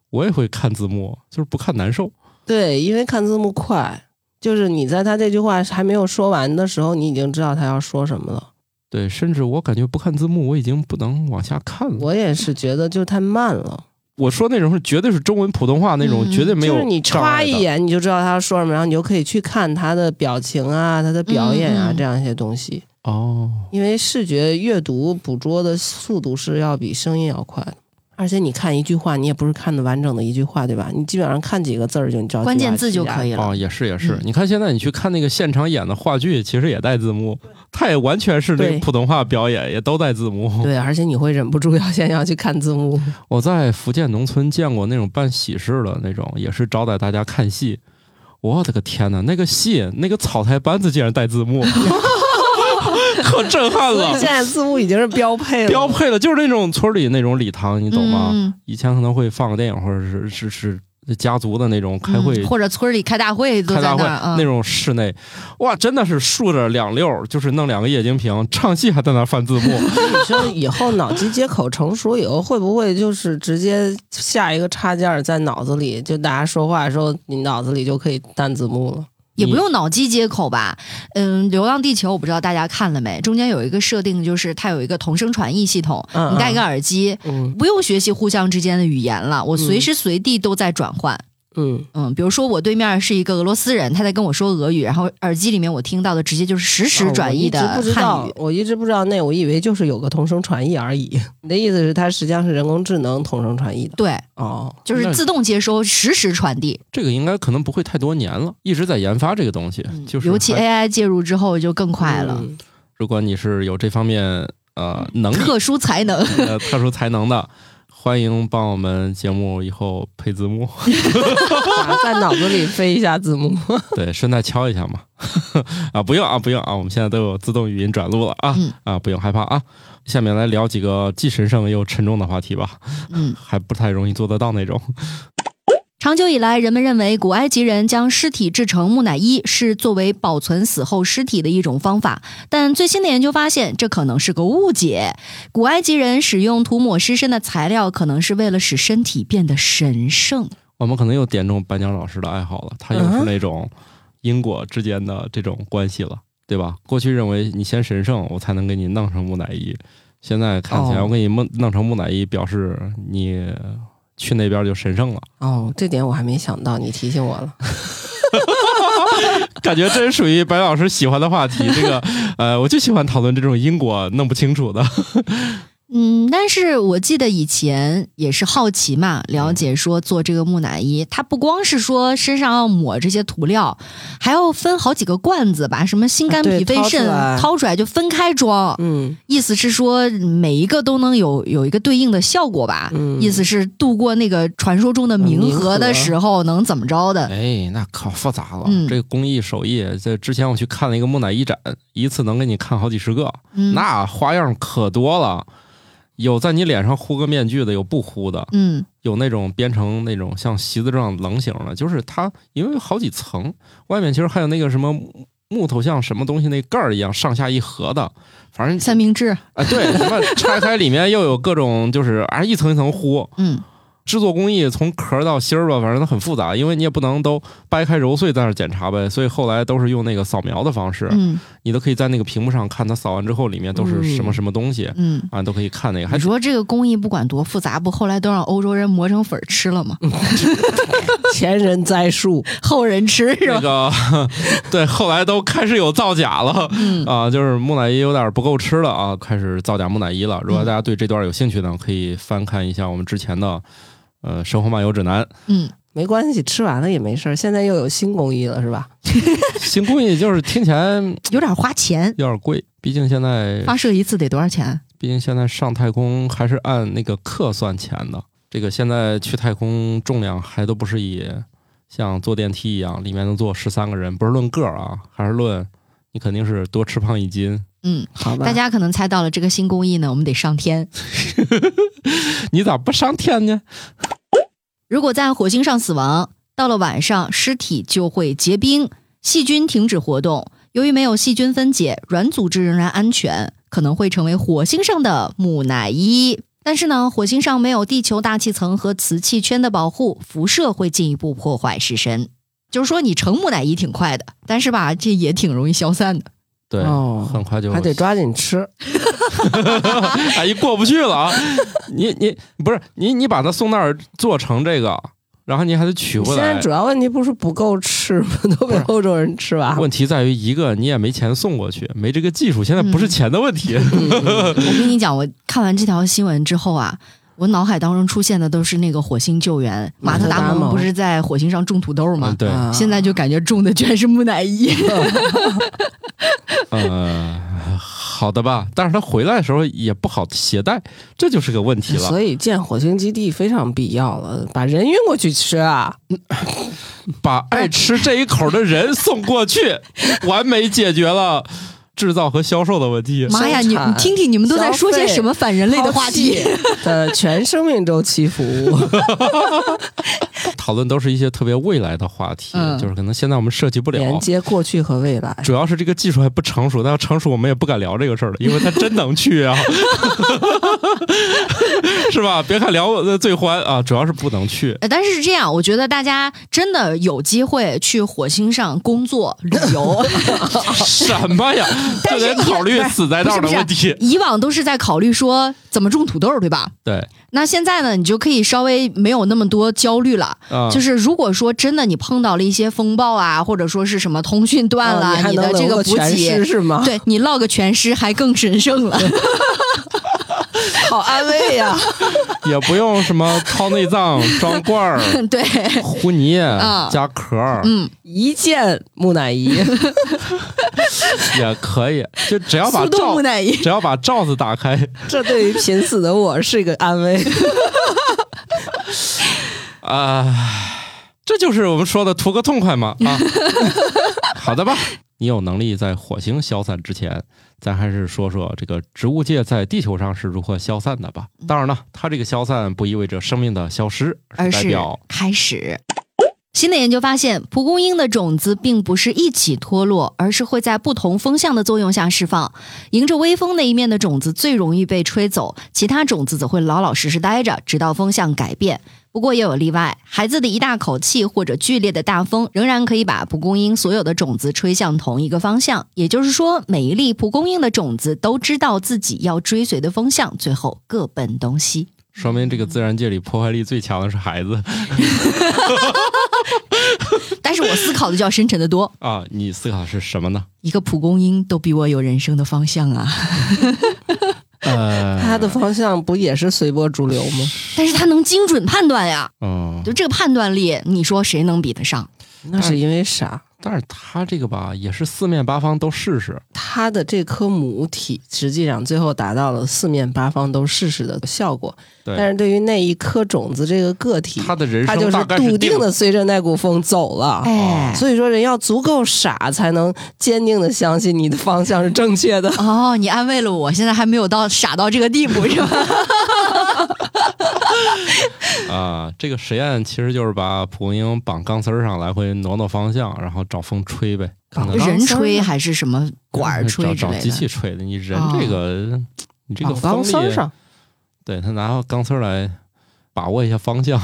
S2: 我也会看字幕，就是不看难受。
S1: 对，因为看字幕快，就是你在他这句话还没有说完的时候，你已经知道他要说什么了。
S2: 对，甚至我感觉不看字幕，我已经不能往下看了。我
S1: 我也是觉得就太慢了，
S2: 说那种是绝对是中文普通话那种，
S3: 嗯
S2: 绝对没有
S1: 就是你
S2: 障
S1: 歘
S2: 碍的
S1: 一眼你就知道他要说什么，然后你就可以去看他的表情啊、他的表演啊
S3: 嗯嗯
S1: 这样一些东西。
S2: 哦，
S1: 因为视觉阅读捕捉的速度是要比声音要快的，而且你看一句话，你也不是看的完整的一句话，对吧？你基本上看几个字儿就你知道
S3: 关键字就可
S1: 以。
S3: 以了
S2: 哦，。也是也是
S3: 嗯，
S2: 你看现在你去看那个现场演的话剧，其实也带字幕，它也完全是那
S1: 对
S2: 个普通话表演，也都带字幕。
S1: 对，而且你会忍不住要先要去看字幕，
S2: 我在福建农村见过那种办喜事的那种，也是招待大家看戏。我的个天呐，那个戏那个草台班子竟然带字 幕，可震撼
S1: 所以现
S2: 了！
S1: 在字幕已经是标配了。
S2: 标配了，就是那种村里那种礼堂，你懂吗？
S3: 嗯
S2: 以前可能会放个电影，或者是是是家族的那种开会
S3: 嗯或者村里开大会都
S2: 开
S3: 在
S2: 大会
S3: 儿啊
S2: 那。种室内，哇，真的是竖着两溜儿，就是弄两个液晶屏，唱戏还在那儿翻字幕。
S1: 你说以后脑机接口成熟以后，会不会就是直接下一个插件儿在脑子里，就大家说话的时候，你脑子里就可以弹字幕了？
S3: 也不
S2: 你
S3: 用脑机接口吧？嗯，《流浪地球》我不知道大家看了没，中间有一个设定，就是它有一个同声传译系统，
S1: 嗯
S3: 你戴一个耳机，
S1: 嗯
S3: 不用学习互相之间的语言了，
S2: 嗯
S3: 我随时随地都在转换。
S1: 嗯，
S3: 嗯，比如说我对面是一个俄罗斯人，他在跟我说俄语，然后耳机里面我听到的直接就是实时转译的
S1: 哦我一直不知
S3: 汉
S1: 道
S3: 语，。
S1: 我一直不知道那，我以为就是有个同声传译而已。你的意思是，它实际上是人工智能同声传译的？
S3: 对，
S1: 哦，
S3: 就是
S2: 那
S3: 自动接收、实时传递。
S2: 这个应该可能不会太多年了，一直在研发这个东西，
S3: 嗯
S2: 就是
S3: 尤其
S2: 还
S3: AI 介入之后就更快了，
S1: 嗯
S2: 如果你是有这方面呃能力
S3: 特殊才能。
S2: 呃特殊才能的，欢迎帮我们节目以后配字 幕，
S1: 啊在脑子里飞一下字幕。
S2: 对，顺带敲一下嘛。 啊，不用啊，不用啊，我们现在都有自动语音转录了啊、
S3: 嗯
S2: 啊，不用害怕啊。下面来聊几个既神圣又沉重的话题吧，
S3: 嗯，
S2: 还不太容易做得到那种。
S3: 长久以来，人们认为古埃及人将尸体制成木乃伊是作为保存死后尸体的一种方法，但最新的研究发现，这可能是个误解。古埃及人使用涂抹尸身的材料，可能是为了使身体变得神圣。
S2: 我们可能又点中白鸟老师的爱好了，他又是那种因果之间的这种关系了，对吧？过去认为你先神圣，我才能给你弄成木乃伊，现在看起来
S1: 哦
S2: 我给你弄弄成木乃伊，表示你去那边就神圣了，
S1: 哦，这点我还没想到，你提醒我了。
S2: 感觉这是属于白老师喜欢的话题。这个，呃，我就喜欢讨论这种因果弄不清楚的。
S3: 嗯，但是我记得以前也是好奇嘛，了解说做这个木乃伊，它不光是说身上要抹这些涂料，还要分好几个罐子，把什么心肝
S1: 啊对
S3: 脾肺
S1: 掏出
S3: 肾
S1: 来
S3: 掏出来就分开装。
S1: 嗯，
S3: 意思是说每一个都能有有一个对应的效果吧？
S1: 嗯
S3: 意思是度过那个传说中的冥
S1: 冥
S3: 河的
S1: 河
S3: 时候能怎么着的？
S2: 哎，那可复杂了，
S3: 嗯
S2: 这个工艺手艺，在之前我去看了一个木乃伊展，一次能给你看好几十个，
S3: 嗯
S2: 那花样可多了。有在你脸上糊个面具的，有不糊的，
S3: 嗯
S2: 有那种编成那种像席子状棱形的，就是它因为有好几层，外面其实还有那个什么木木头像什么东西那盖儿一样上下一合的，反正
S3: 三明治，
S2: 啊对， 什么拆开里面又有各种就是啊一层一层糊，
S3: 嗯
S2: 制作工艺从壳儿到芯儿吧，反正它很复杂，因为你也不能都掰开揉碎在那儿检查呗，所以后来都是用那个扫描的方式，
S3: 嗯
S2: 你都可以在那个屏幕上看它扫完之后里面都是什么什么东西、
S3: 嗯。
S2: 啊，都可以看那个，还
S3: 你说这个工艺不管多复杂，不后来都让欧洲人磨成粉儿吃了吗？
S1: 嗯前人栽树，
S3: 后人吃是啊
S2: 那
S3: 吧？
S2: 个 对，后来都开始有造假了。
S3: 嗯
S2: 啊，就是木乃伊有点不够吃了啊，开始造假木乃伊了。
S3: 嗯
S2: 如果大家对这段有兴趣呢，可以翻看一下我们之前的呃《生活漫游指南》。
S3: 嗯，
S1: 没关系，吃完了也没事儿。现在又有新工艺了，是吧？
S2: 新工艺就是听起来有
S3: 有点花钱，
S2: 点贵，毕竟现在
S3: 发射一次得多少钱？
S2: 毕竟现在上太空还是按那个克算钱的。这个现在去太空重量还都不是以像坐电梯一样，里面能坐十三个人，不是论个儿啊，还是论你肯定是多吃胖一斤。
S3: 嗯，
S1: 好吧，
S3: 大家可能猜到了这个新工艺呢，我们得上天。
S2: 你咋不上天呢？
S3: 如果在火星上死亡，到了晚上尸体就会结冰，细菌停止活动。由于没有细菌分解，软组织仍然安全，可能会成为火星上的木乃伊。但是呢，火星上没有地球大气层和磁气圈的保护，辐射会进一步破坏尸身。就是说，你成木乃伊挺快的，但是吧，这也挺容易消散 的。
S2: 对，
S1: 哦
S2: 很快就
S1: 还得 抓紧吃。
S2: 阿姨过不去了啊！ 你你不是你你把它送那儿做成这个，然后你还得取回
S1: 现在
S2: 来
S1: 主。要问题不是不够吃吗？ 都被欧洲人吃完了。
S2: 问题在于一个你也没钱送过去，没这个技术，现在不是钱的问题。
S1: 嗯
S3: 我跟你讲，我看完这条新闻之后啊，我脑海当中出现的都是那个火星救援，马特达
S1: 马特达
S3: 蒙
S1: 蒙
S3: 不是在火星上种土豆吗
S2: 嗯，？ 对，
S1: 啊
S3: 现在就感觉种的全是木乃伊。
S1: 嗯
S2: 呃，好的吧，但是他回来的时候也不好携带，这就是个问题了。
S1: 所以建火星基地非常必要了，把人运过去吃啊！
S2: 把爱吃这一口的人送 过去，完美解决了制造和销售的问题。
S3: 妈呀，
S1: 生
S3: 你你
S1: 产
S3: 听听，你们都在说些
S1: 消费
S3: 什么反人类的话题？
S1: 的全生命周期服务，
S2: 讨论都是一些特别未来的话题，
S3: 嗯
S2: 就是可能现在我们涉及不
S1: 连
S2: 了。
S1: 接过去和未来。
S2: 主要是这个技术还不成熟，但要成熟我们也不敢聊这个事儿了，因为他真能去 啊，是吧？别看聊呃最欢啊，主要是不能去。
S3: 呃但是这样，我觉得大家真的有机会去火星上工作、旅 游。
S2: 什么呀？这
S3: 啊但是
S2: 得考虑死在
S3: 不
S2: 道
S3: 是
S2: 儿
S3: 不
S2: 的
S3: 是
S2: 问题，。
S3: 以往都是在考虑说怎么种土豆，对吧？
S2: 对。
S3: 那现在呢，你就可以稍微没有那么多焦虑了。
S2: 啊，
S3: 就是如果说真的你碰到了一些风暴啊，或者说是什么通讯断了，
S1: 啊你还能
S3: 的这
S1: 留
S3: 个
S1: 个
S3: 补
S1: 全
S3: 给
S1: 尸，是吗？
S3: 对你落个全尸还更神圣 了。
S1: 好安慰呀、
S2: 也不用什么掏内 脏、装罐儿、
S3: 对，
S2: 糊泥、
S3: 啊
S2: 加壳儿、
S3: 嗯，
S1: 一件木乃伊，
S2: 也可以，就只 要把
S3: 速冻
S2: 罩
S3: 木，乃伊。
S2: 只要把罩子打开
S1: 这对于濒死的我是一个安慰。
S2: 啊、这就是我们说的图个痛快嘛 啊。好的吧，你有能力在火星消散之前，咱还是说说这个植物界在地球上是如何消散的吧。
S1: 嗯
S2: 当然了，它这个消散不意味着生命的消失，
S3: 而
S2: 代
S3: 是
S2: 表
S3: 开始。新的研究发现，蒲公英的种子并不是一起脱落，而是会在不同风向的作用下释放。迎着微风那一面的种子最容易被吹走，其他种子则会老老实实待着，直到风向改变。不过也有例外，孩子的一大口气或者剧烈的大风，仍然可以把蒲公英所有的种子吹向同一个方向。也就是说，每一粒蒲公英的种子都知道自己要追随的风向，最后各奔东西。
S2: 说明这个自然界里破坏力最强的是孩子
S1: 嗯
S3: 但是我思考的就要深沉得多，
S2: 啊！你思考的是什么呢？
S3: 一个蒲公英都比我有人生的方向啊！
S2: 呃，
S1: 它的方向不也是随波逐流吗？
S3: 但是它能精准判断呀，
S2: 嗯
S3: 就，这个判断力，你说谁能比得上？
S1: 那是因为啥？
S2: 但是他这个吧，也是四面八方都试试，
S1: 它的这颗母体实际上最后达到了四面八方都试试的效果，但
S2: 对，
S1: 是对于那一颗种子这个个体，
S2: 他的人
S1: 它
S2: 生
S1: 就是
S2: 大概
S1: 笃
S2: 定
S1: 定的随着那股风走了。
S3: 哎，
S1: 所以说，人要足够傻，才能坚定的相信你的方向是正确的。
S3: 哦，你安慰了我，现在还没有到傻到这个地 步是吧？
S2: 啊。这个实验其实就是把蒲公英绑钢丝儿上，来回挪挪方向，然后找风吹呗，可能
S1: 绑钢
S3: 人
S1: 丝儿
S3: 吹
S1: 呢
S3: 还是什么管儿吹
S2: 找
S3: 之
S2: 找
S3: 类
S2: 机器
S3: 的？
S2: 吹的。你人
S3: 哦
S2: 这个，你 这个
S1: 绑钢
S2: 风
S1: 丝儿
S2: 力，
S1: 上，
S2: 对他拿钢丝儿来把握一下方向，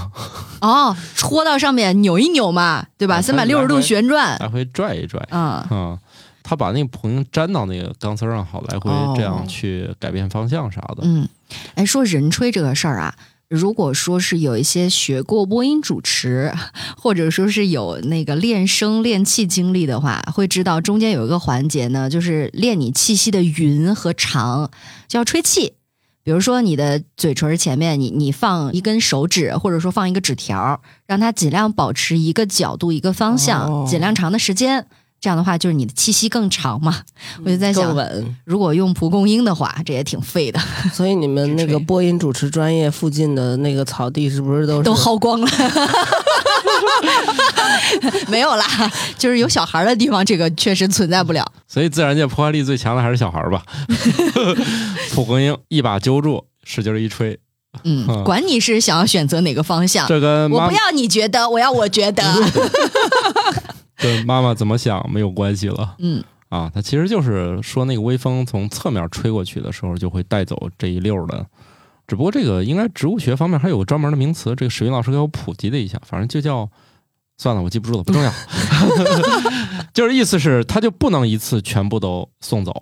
S3: 哦，戳到上面扭一扭嘛，对吧？
S2: 啊
S3: 三百六十
S2: 来
S3: 度
S2: 回
S3: 旋转，
S2: 来回拽一拽
S3: 啊，
S2: 啊。他把那个蒲公英粘到那个钢丝儿上，好来回
S3: 哦
S2: 这样去改变方向啥的。
S3: 嗯，哎，说人吹这个事儿啊，如果说是有一些学过播音主持，或者说是有那个练声练气经历的话，会知道中间有一个环节呢，就是练你气息的匀和长，就要吹气。比如说你的嘴唇前面，你你放一根手指，或者说放一个纸条，让它尽量保持一个角度、一个方向，
S1: 哦
S3: 尽量长的时间。这样的话，就是你的气息更长嘛。我就在
S1: 更
S3: 想，
S1: 嗯稳。
S3: 如果用蒲公英的话，这也挺费的。
S1: 所以你们那
S3: 直
S1: 个
S3: 吹
S1: 播音主持专业附近的那个草地，是不是都是
S3: 都薅光了。 没有啦，就是有小孩儿的地方，这个确实存在不了。
S2: 所以自然界破坏力最强的还是小孩儿 吧。 蒲公英一把揪住，使劲儿一吹，
S3: 嗯，
S2: 嗯
S3: 管你是想要选择哪个方向，
S2: 这跟
S3: 啊我
S2: 妈
S3: 不要你觉得，我要我觉 得。
S2: 跟妈妈怎么想没有关系了
S3: 嗯，
S2: 啊。它其实就是说，那个微风从侧面吹过去的时候，就会带走这一溜儿的。只不过这个应该植物学方面还有个专门的名词，这个史云老师给我普及了一下，反正就叫算了，我记不住了，不重要。 就是意思是，它就不能一次全部都送走，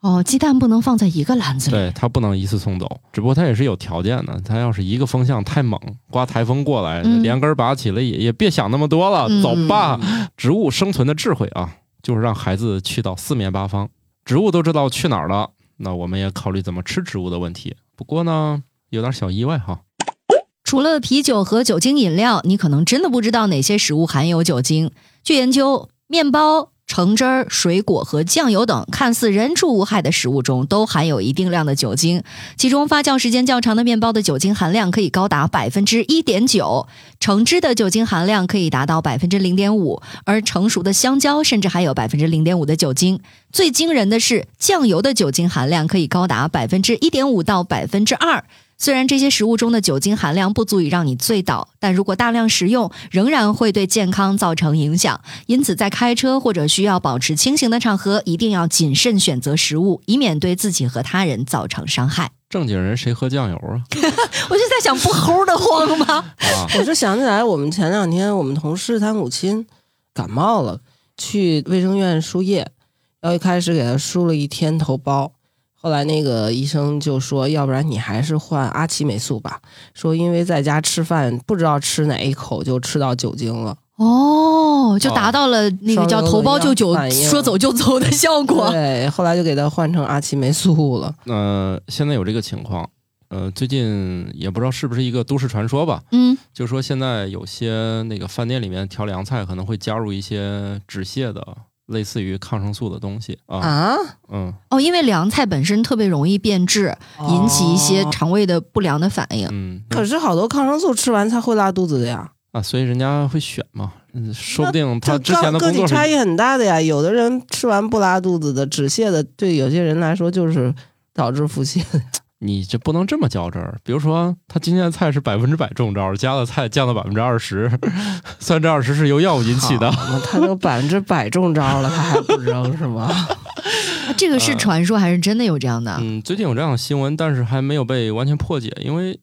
S3: 哦，鸡蛋不能放在一个篮子里。
S2: 对，它不能一次送走，只不过它也是有条件的。它要是一个风向太猛，刮台风过来，
S3: 嗯
S2: 连根儿拔起了也也别想那么多了，
S3: 嗯
S2: 走吧。植物生存的智慧啊，就是让孩子去到四面八方。植物都知道去哪儿了，那我们也考虑怎么吃植物的问题。不过呢，有点小意外哈。
S3: 除了啤酒和酒精饮料，你可能真的不知道哪些食物含有酒精。据研究，面包、橙汁儿、水果和酱油等看似人畜无害的食物中，都含有一定量的酒精。其中，发酵时间较长的面包的酒精含量可以高达百分之一点九，橙汁的酒精含量可以达到百分之零点五，而成熟的香蕉甚至还有百分之零点五的酒精。最惊人的是，酱油的酒精含量可以高达百分之一点五到百分之二。虽然这些食物中的酒精含量不足以让你醉倒，但如果大量食用，仍然会对健康造成影响。因此，在开车或者需要保持清醒的场合，一定要谨慎选择食物，以免对自己和他人造成伤害。
S2: 正经人谁喝酱油啊？
S3: 我就在想，不齁的慌吗？
S2: 啊，
S1: 我就想起来，我们前两天我们同事他母亲感冒了，去卫生院输液，然后一开始给他输了一天头孢，后来那个医生就说，要不然你还是换阿奇霉素吧，说因为在家吃饭不知道吃哪一口就吃到酒精 了，
S3: 哦，就达到了那个叫“头孢就酒
S1: 双流的，样
S3: 说走就走”的效果。
S1: 对，后来就给他换成阿奇霉素了。
S2: 呃，现在有这个情况。呃，最近也不知道是不是一个都市传说吧，
S3: 嗯，
S2: 就说现在有些那个饭店里面调凉菜可能会加入一些止泻的，类似于抗生素的东西啊，
S1: 啊，
S2: 嗯
S3: 哦，因为凉菜本身特别容易变质，
S1: 哦
S3: 引起一些肠胃的不良的反应。
S2: 嗯，
S1: 可是好多抗生素吃完才会拉肚子的呀，
S2: 啊，所以人家会选嘛，嗯说不定他
S1: 这
S2: 之前的
S1: 个
S2: 工
S1: 体
S2: 作是
S1: 差异很大的呀。有的人吃完不拉肚子的，止泻的，对有些人来说就是导致腹泻。
S2: 你这不能这么较真儿。比如说，他今天的菜是百分之百中招，加的菜降到百分之二十， 虽然这二十是由药物引起的，
S1: 好嘛他都百分之百中招了，他还不扔是吗？
S3: 这个是传说还是真的有这样的？
S2: 嗯，最近有这样的新闻，但是还没有被完全破解，因为嘖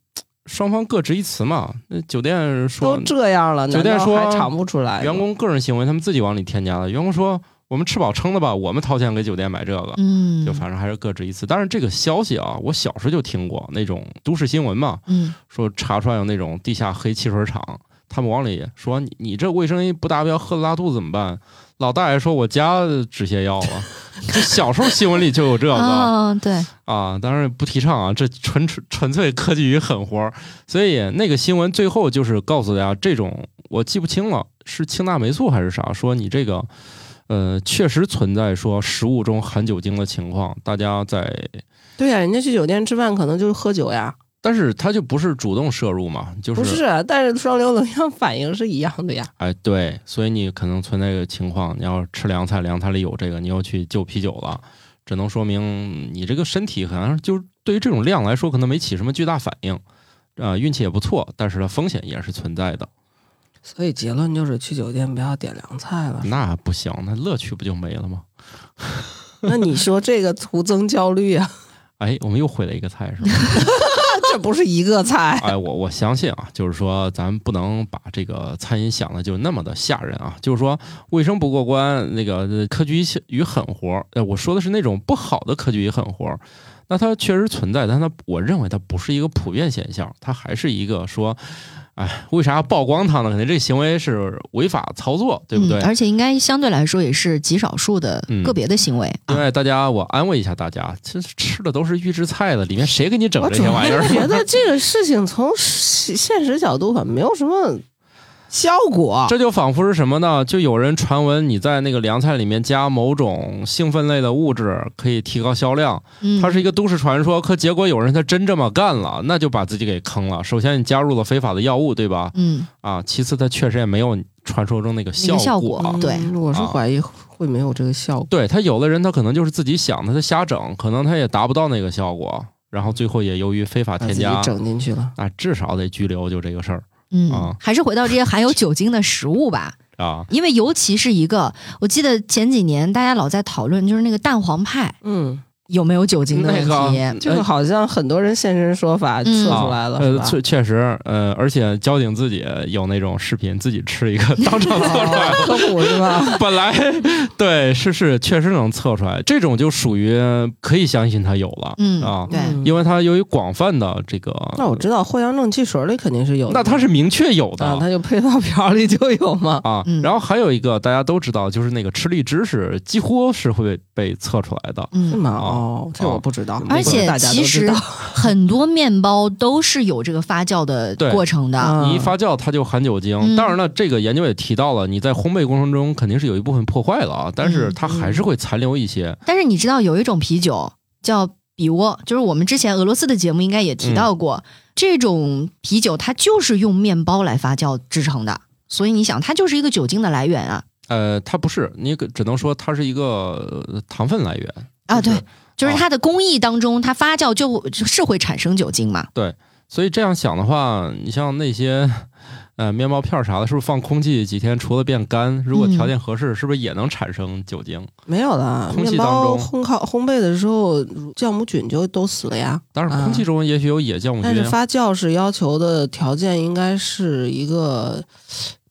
S2: 双方各执一词嘛。那酒店
S1: 都
S2: 说
S1: 这样了，
S2: 酒
S1: 难
S2: 店
S1: 道
S2: 说
S1: 还尝不出来？
S2: 员工个人行为，他们自己往里添加的。员工说我们吃饱撑的吧，我们掏钱给酒店买这个，
S3: 嗯，
S2: 就反正还是各执一词。但是这个消息啊，我小时候就听过那种都市新闻嘛，
S3: 嗯
S2: 说查出来有那种地下黑汽水厂，他们往里说你你这卫生不达标，喝了拉肚子怎么办？老大爷说我家止泻药了，就小时候新闻里就有 这个。
S3: 啊、对，
S2: 啊，当然不提倡啊，这纯纯纯粹科技与狠活儿。所以那个新闻最后就是告诉大家，这种我记不清了，是氢钠霉素还是啥？说你这个，呃，确实存在说食物中含酒精的情况，大家在，
S1: 对呀、人家去酒店吃饭可能就是喝酒呀，
S2: 但是它就不是主动摄入嘛，就
S1: 不是啊，但是双硫能量反应是一样的呀。
S2: 哎，对，所以你可能存在一个情况，你要吃凉菜，凉菜里有这个，你又去就啤酒了，只能说明你这个身体可能就是对于这种量来说，可能没起什么巨大反应，啊、运气也不错，但是它风险也是存在的。
S1: 所以结论就是去酒店不要点凉菜了。
S2: 那不行，那乐趣不就没了吗？
S1: 那你说这个徒增焦虑啊？
S2: 哎，我们又毁了一个菜是吧？
S1: 这不是一个菜，
S2: 哎，我我相信啊，就是说咱不能把这个餐饮想的就那么的吓人啊，就是说卫生不过关，那个呃科举与狠活儿，呃，我说的是那种不好的科举与狠活儿，那它确实存在，但它我认为它不是一个普遍现象，它还是一个说，哎，为啥要曝光它呢？肯定这行为是违法操作，对不对？
S3: 嗯？而且应该相对来说也是极少数的
S2: 嗯
S3: 个别的行为、
S2: 另
S3: 啊。
S2: 外，大家我安慰一下大家，其实吃的都是预制菜的，里面谁给你整
S1: 我
S2: 这
S1: 总
S2: 些玩意儿？
S1: 觉 得这个事情从现现实角度很没有什么效
S3: 啊
S1: 果。
S2: 这就仿佛是什么呢？就有人传闻你在那个凉菜里面加某种兴奋类的物质，可以提高销量，
S3: 嗯，
S2: 它是一个都市传说。可结果有人他真这么干了，那就把自己给坑了。首先你加入了非法的药物，对吧？
S3: 嗯，
S2: 啊，其次它确实也没有传说中那个
S3: 那个效果
S2: 啊
S1: 嗯
S3: 对
S1: 我是
S2: 啊
S1: 怀疑会没有这个效果。
S2: 对他有的人他可能就是自己想的，他瞎整，可能他也达不到那个效果，然后最后也由于非法
S1: 把
S2: 添
S1: 自己
S2: 加。
S1: 整进去了，
S2: 啊，至少得拘留，就这个事儿
S3: 嗯，
S2: 啊
S3: 还是回到这些含有酒精的食物吧，
S2: 啊。
S3: 因为尤其是一个，我记得前几年大家老在讨论，就是那个蛋黄派
S1: 嗯，
S3: 有没有酒精的问题。
S2: 那个
S1: 这个嗯好像很多人现身说法测
S3: 嗯
S1: 出来了，是
S2: 呃，
S1: 吧
S2: 确确实，呃，而且交警自己有那种视频，自己吃一 个，当场测出来
S1: 哦
S2: 了。
S1: 科普是吧？
S2: 本来对是是，确实能测出来，这种就属于可以相信他有了、
S3: 嗯
S2: 啊，
S3: 对
S1: 嗯
S2: 因为它由于广泛的这个，
S1: 那我知道藿香正气水里肯定是有的，
S2: 那它是明确有的
S1: 啊，它就配套瓢里就有嘛。
S2: 啊
S3: 嗯
S2: 然后还有一个大家都知道，就是那个吃荔枝是几乎是会被测出来的，
S1: 是
S3: 嗯，
S1: 吗？
S2: 啊
S1: 哦，这我不知道。
S3: 而且
S1: 大家都
S3: 其
S1: 知
S3: 实
S1: 道
S3: 很多面包都是有这个发酵的
S2: 对
S3: 过程的。
S1: 啊
S2: 你一发酵它就含酒精。
S3: 嗯
S2: 当然了，这个研究也提到了，你在烘焙过程中肯定是有一部分破坏了啊，但是
S3: 嗯
S2: 它还是会残留一些。
S3: 但是你知道有一种啤酒叫比窝，就是我们之前俄罗斯的节目应该也提到过，
S1: 嗯
S3: 这种啤酒它就是用面包来发酵制成的，所以你想，它就是一个酒精的来源啊
S2: 呃，它不是，你可只能说它是一个呃糖分来源。
S3: 啊，
S2: 就是
S1: 哦
S3: 对，就是它的工艺当中，它发酵就就是会产生酒精嘛，
S2: 所以这样想的话，你像那些呃面包片儿啥的，是不是放空气几天，除了变干，如果
S3: 嗯
S2: 条件合适，是不是也能产生酒精？
S1: 没有的，
S2: 空气
S1: 面
S2: 当
S1: 包
S2: 中
S1: 烘烤烘焙的时候，酵母菌就都死了呀。
S2: 当
S3: 啊
S2: 然，空气中也许有野酵母
S1: 但
S2: 菌
S1: 是
S2: 啊。
S1: 发酵是要求的条件应该是一个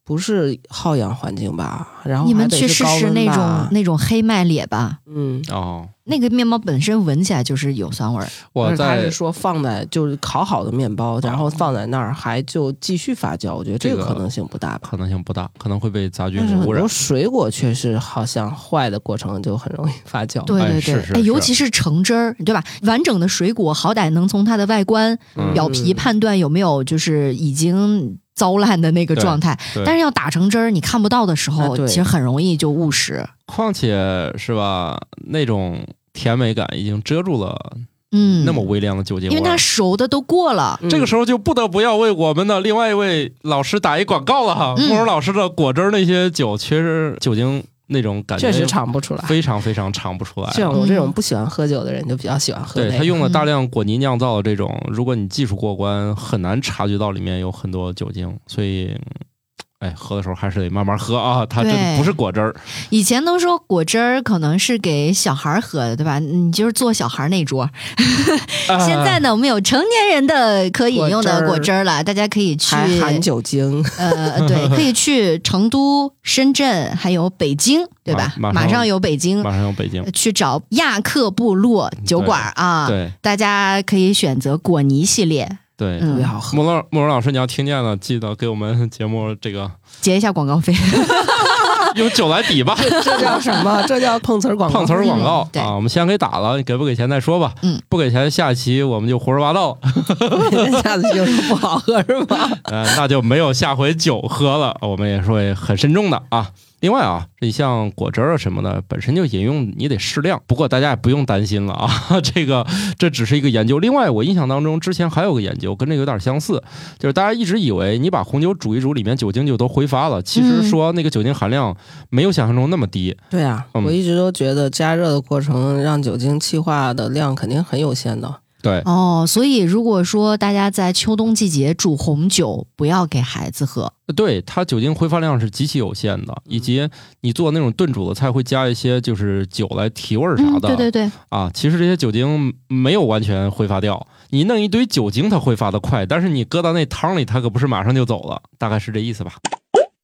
S1: 不是耗氧环境吧？然后
S3: 你们
S1: 还得
S3: 去
S1: 是
S3: 试
S1: 高
S3: 试
S1: 温
S3: 那种
S1: 吧
S3: 那种黑麦列吧，
S1: 嗯。
S2: 哦，
S3: 那个面包本身闻起来就是有酸味儿。
S1: 但
S2: 我
S1: 是他是
S2: 在
S1: 说放在就是烤好的面包，然后放在那儿还就继续发酵，我觉得这
S2: 这
S1: 个
S2: 个
S1: 可能性不大吧。
S2: 可能性不大，可能会被杂菌
S1: 但是很
S2: 污染
S1: 多。水果确实好像坏的过程就很容易发酵。
S3: 对
S2: 哎
S3: 对
S2: 是
S3: 对，
S2: 是
S3: 哎，
S2: 是
S3: 尤其是橙汁儿，对吧？完整的水果好歹能从它的外观、
S2: 嗯
S3: 表皮判断有没有就是已经糟烂的那个
S2: 对
S3: 状态，
S2: 对
S3: 但是要打成汁儿，你看不到的时候，
S1: 啊对
S3: 其实很容易就误食。
S2: 况且是吧，那种甜美感已经遮住了
S3: 嗯，
S2: 那么微量的酒精
S3: 因
S2: 味
S3: 为它
S2: 儿。
S3: 熟的都过了，
S1: 嗯
S2: 这个时候就不得不要为我们的另外一位老师打一广告了哈，
S3: 嗯
S2: 慕容老师的果汁儿那些酒，其实酒精那种感觉，
S1: 确实尝不出来。
S2: 非常非常尝不出来。
S1: 像我
S3: 嗯
S1: 这种不喜欢喝酒的人，就比较喜欢喝
S2: 对
S1: 那
S2: 他
S1: 个。
S2: 用了大量果泥酿造的这种，如果你技术过关，很难察觉到里面有很多酒精，所以，哎，喝的时候还是得慢慢喝 啊。它真
S3: 对
S2: 的不是果汁儿，
S3: 以前都说果汁儿可能是给小孩儿喝的，对吧？你就是做小孩儿那桌。
S2: 啊
S3: 现在
S2: 呢，
S3: 呢，我们有成年人的可以饮用的果
S1: 果
S3: 汁
S1: 汁
S3: 儿了，大家可以去
S1: 还含酒精，
S3: 呃，对，可以去成都、深圳，还有北京，对吧？
S2: 马
S3: 马
S2: 马上
S3: 上有北 京
S2: 马上有 北京，
S3: 去找亚克部落酒馆儿啊，
S2: 对
S3: 大家可以选择果泥系列，
S2: 对。
S1: 特别
S3: 嗯，
S1: 好喝。
S2: 莫老莫老师，你要听见了，记得给我们节目这个
S3: 结一下广告费。
S2: 用酒来抵吧，
S1: 这叫什么？这叫碰瓷儿广告。
S2: 碰瓷儿广告
S3: 嗯对
S2: 啊！我们先给打了，给不给钱再说吧。
S3: 嗯，
S2: 不给钱，下期我们就胡说八 道，
S1: 下次就说不好喝是吧？
S2: 呃，那就没有下回酒喝了，我们也是会很慎重的啊。另外啊，这像果汁儿啊什么的，本身就饮用你得适量。不过大家也不用担心了啊， 这个这只是一个研究。另外，我印象当中之前还有个研究跟这个有点相似，就是大家一直以为你把红酒煮一煮，里面酒精就都挥发了，其实
S3: 嗯
S2: 说那个酒精含量没有想象中那么低。
S1: 对啊，
S2: 嗯
S1: 我一直都觉得加热的过程让酒精气化的量肯定很有限的。
S2: 对，
S3: 哦，所以如果说大家在秋冬季节煮红酒，不要给孩子喝。
S2: 对它酒精挥发量是极其有限的，
S3: 嗯
S2: 以及你做那种炖煮的菜会加一些就是酒来提味儿啥
S3: 嗯，
S2: 的，
S3: 对对对，
S2: 啊，其实这些酒精没有完全挥发掉，你弄一堆酒精它挥发的快，但是你搁到那汤里，它可不是马上就走了，大概是这意思吧。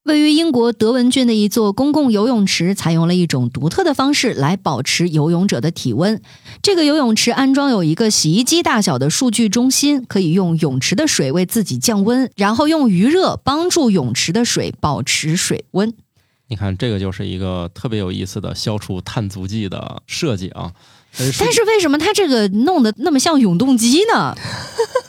S3: 位于英国德文郡的一座公共游泳池，采用了一种独特的方式来保持游泳者的体温。这个游泳池安装有一个洗衣机大小的数据中心，可以用泳池的水为自己降温，然后用余热帮助泳池的水保持水温。
S2: 你看，这个就是一个特别有意思的消除碳足迹的设计啊。但
S3: 但是为什么它这个弄得那么像永动机呢？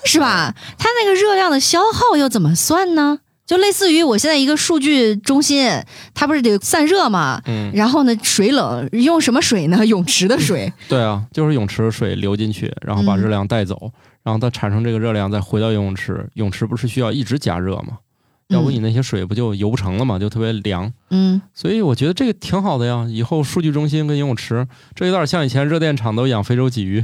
S3: 是吧？它那个热量的消耗又怎么算呢？就类似于我现在一个数据中心，它不是得散热吗？
S2: 嗯，
S3: 然后呢，水冷用什么水呢？泳池的水。
S2: 对啊，就是泳池水流进去，然后把
S3: 嗯
S2: 热量带走，然后它产生这个热量再回到游泳池，泳池不是需要一直加热吗？要不
S3: 嗯
S2: 你那些水不就游不成了吗？就特别凉。
S3: 嗯，
S2: 所以我觉得这个挺好的呀，以后数据中心跟游泳池，这有点像以前热电厂都养非洲鲫 鱼，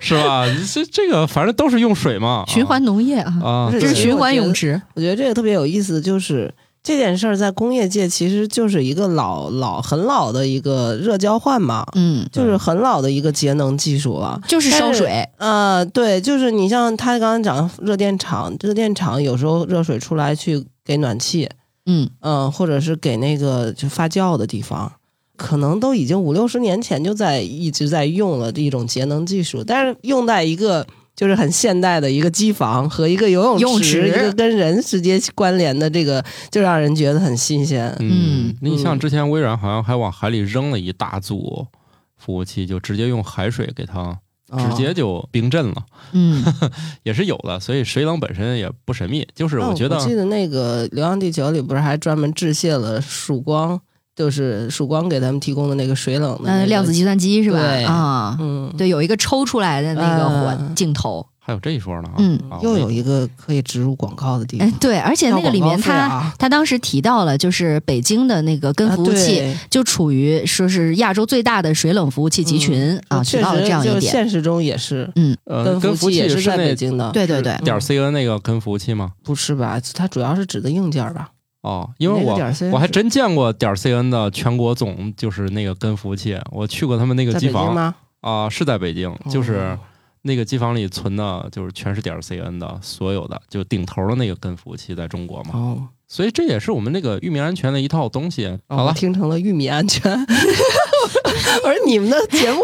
S2: 是吧？这这个反正都是用水嘛，啊
S3: 循环农业啊，
S2: 啊
S1: 不，
S3: 这是循环泳池。
S1: 我觉得这个特别有意思，就是这件事儿在工业界其实就是一个老老很老的一个热交换嘛，
S3: 嗯，
S1: 就是很老的一个节能技术了。
S3: 就是烧水。
S1: 呃，对，就是你像他刚刚讲热电厂，热电厂有时候热水出来去给暖气，
S3: 嗯，
S1: 嗯、或者是给那个就发酵的地方，可能都已经五六十年前就在一直在用了这一种节能技术，但是用在一个就是很现代的一个机房和一个游泳池，
S3: 泳池
S1: 一个跟人直接关联的这个，就让人觉得很新鲜。
S2: 嗯
S3: 嗯，
S2: 你像之前微软好像还往海里扔了一大组服务器，就直接用海水给它嗯
S1: 啊嗯
S2: 直接就冰镇了，
S3: 嗯，
S2: 也是有的。所以水冷本身也不神秘，就是
S1: 哦、
S2: 我觉得
S1: 我记得那个《流浪地球》里不是还专门致谢了曙光，就是曙光给他们提供的那个水冷的、那
S3: 呃，
S1: 个
S3: 量子计算机是吧？
S1: 对
S3: 啊，
S1: 嗯，
S3: 对，有一个抽出来的那个火
S1: 嗯
S3: 镜头。
S2: 还有这一说呢啊。
S3: 嗯
S2: 啊
S1: 又有一个可以植入广告的地方
S3: 哎，，对，而且那个里
S1: 要
S3: 面
S1: 广告费
S3: 他、
S1: 啊
S3: 他当时提到了，就是北京的那个跟服务器、
S1: 啊
S3: 就处于说是亚洲最大的水冷服务器集群、
S1: 对
S3: 啊，提
S1: 嗯确
S3: 到了
S1: 实
S3: 这样
S1: 就
S3: 一
S1: 是
S3: 点。
S1: 现实中也是。
S2: 呃，跟服
S1: 服
S2: 务
S1: 务器也
S2: 是
S1: 在
S2: 那
S1: 北京的，
S3: 对对对，
S2: 点 cn 那个跟服务器吗？
S1: 不是吧？它主要是指的硬件吧？
S2: 哦，因为
S1: 那个
S2: 我
S1: 点儿 CN
S2: 我还真见过点儿 CN 的全国总，就是那个跟服务器，我去过他们那个
S1: 在
S2: 机
S1: 北京
S2: 房啊、
S1: 吗？
S2: 是在北京，
S1: 哦
S2: 就是那个机房里存的，就是全是点儿 CN 的所有的，就顶头的那个跟服务器在中国嘛，
S1: 哦，
S2: 所以这也是我们那个域名安全的一套东西。好
S1: 哦
S2: 了
S1: 我，听成了玉米安 全。我说你们的节目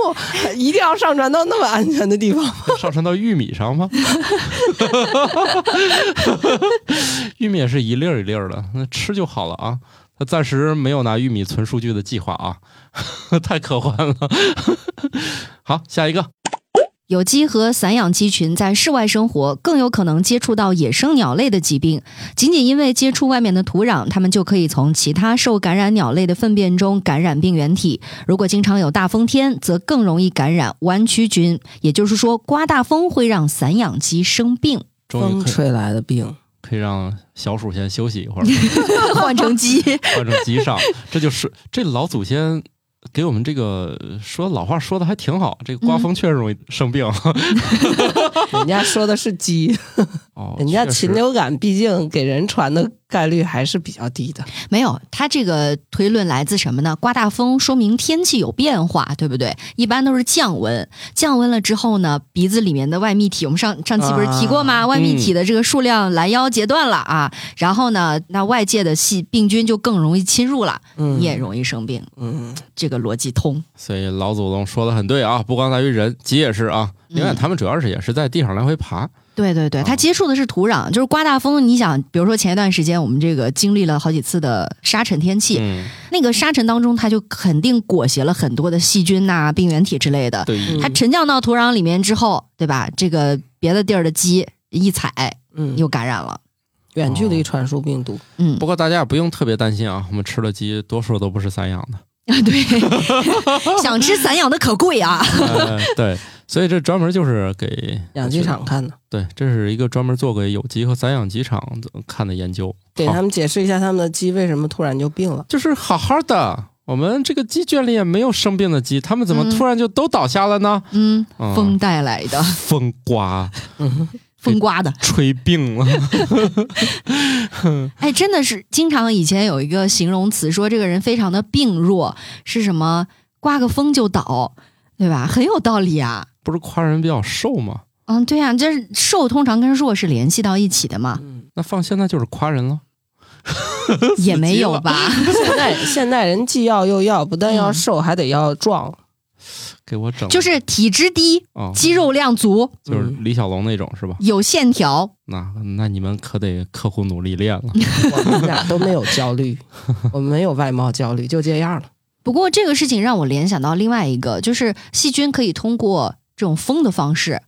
S1: 一定要上传到那么安全的地方吗？
S2: 上升到玉米上吗？ 玉米也是一粒儿一粒儿的，那吃就好了啊。他暂时没有拿玉米存数据的计划啊， 太科幻了。 好，下一个，
S3: 有机和散养鸡群在室外生活，更有可能接触到野生鸟类的疾病。仅仅因为接触外面的土壤，它们就可以从其他受感染鸟类的粪便中感染病原体。如果经常有大风天，则更容易感染弯曲菌。也就是说，刮大风会让散养鸡生病。
S2: 终于可以
S1: 吹来的病，
S2: 可以让小鼠先休息一会儿，
S3: 换成鸡，
S2: 换成鸡上。这就是这老祖先给我们这个说老话说的还挺好，这
S1: 嗯
S2: 个刮风确实容易生病。
S1: 人家说的是鸡，
S2: 哦，
S1: 人家
S2: 确实
S1: 禽流感毕竟给人传的概率还是比较低的。
S3: 没有，它这个推论来自什么呢？刮大风说明天气有变化，对不对？一般都是降温，降温了之后呢，鼻子里面的外泌体，我们上上期不是提过吗？外泌体的这个数量拦腰截断了啊，然后呢，那外界的细病菌就更容易侵入了，
S1: 嗯
S3: 你也容易生病。
S1: 嗯，
S3: 这个逻辑通，
S2: 所以老祖宗说的很对啊，不光在于人，鸡也是啊。另外，
S3: 嗯
S2: 他们主要是也是在地上来回爬，
S3: 对对对，它接触的是土壤，就是刮大风。你想，比如说前一段时间我们这个经历了好几次的沙尘天气，
S2: 嗯，
S3: 那个沙尘当中，它就肯定裹挟了很多的细菌呐、病原体之类的。
S2: 对，
S1: 嗯
S3: 它沉降到土壤里面之后，对吧？这个别的地儿的鸡一踩
S1: 嗯，
S3: 又感染了。
S1: 远距离传输病毒，
S3: 嗯
S2: 不，过大家也不用特别担心啊，我们吃了鸡，多数都不是散养 的。
S3: 对， 想吃散养的可贵 啊。
S2: 呃对，所以这专门就是给
S1: 养鸡场。看的。
S2: 对，这是一个专门做给有机和散养鸡场看的研究，
S1: 给
S2: 好
S1: 他们解释一下他们的鸡为什么突然就病了。
S2: 就是好好的。我们这个鸡圈里也没有生病的鸡，它们怎么
S3: 嗯
S2: 突然就都倒下了呢？
S3: 嗯，
S2: 嗯
S3: 风带来的，
S2: 风刮
S1: 嗯，
S3: 风刮的。
S2: 吹病了，
S3: 哎，真的是经常以前有一个形容词说这个人非常的病弱，是什么？刮个风就倒，对吧？很有道理啊。
S2: 不是夸人比较瘦吗？
S3: 嗯，对呀、这瘦通常跟弱是联系到一起的嘛，
S2: 那放现在就是夸人了。
S3: 也没
S2: 死
S3: 有
S2: 机了
S3: 吧？
S1: 现代现代人既要又要，不但要
S3: 嗯
S1: 瘦，还得要壮。
S2: 给我整
S3: 就是体脂低，
S2: 哦，
S3: 肌肉量足，
S2: 就是李小龙那种是吧？
S3: 有线条，
S2: 那那你们可得刻苦努力练了。
S1: 我们俩都没有焦 虑，我们没有外貌焦虑，就这样了。
S3: 不过这个事情让我联想到另外一个，就是细菌可以通过这种风的方式，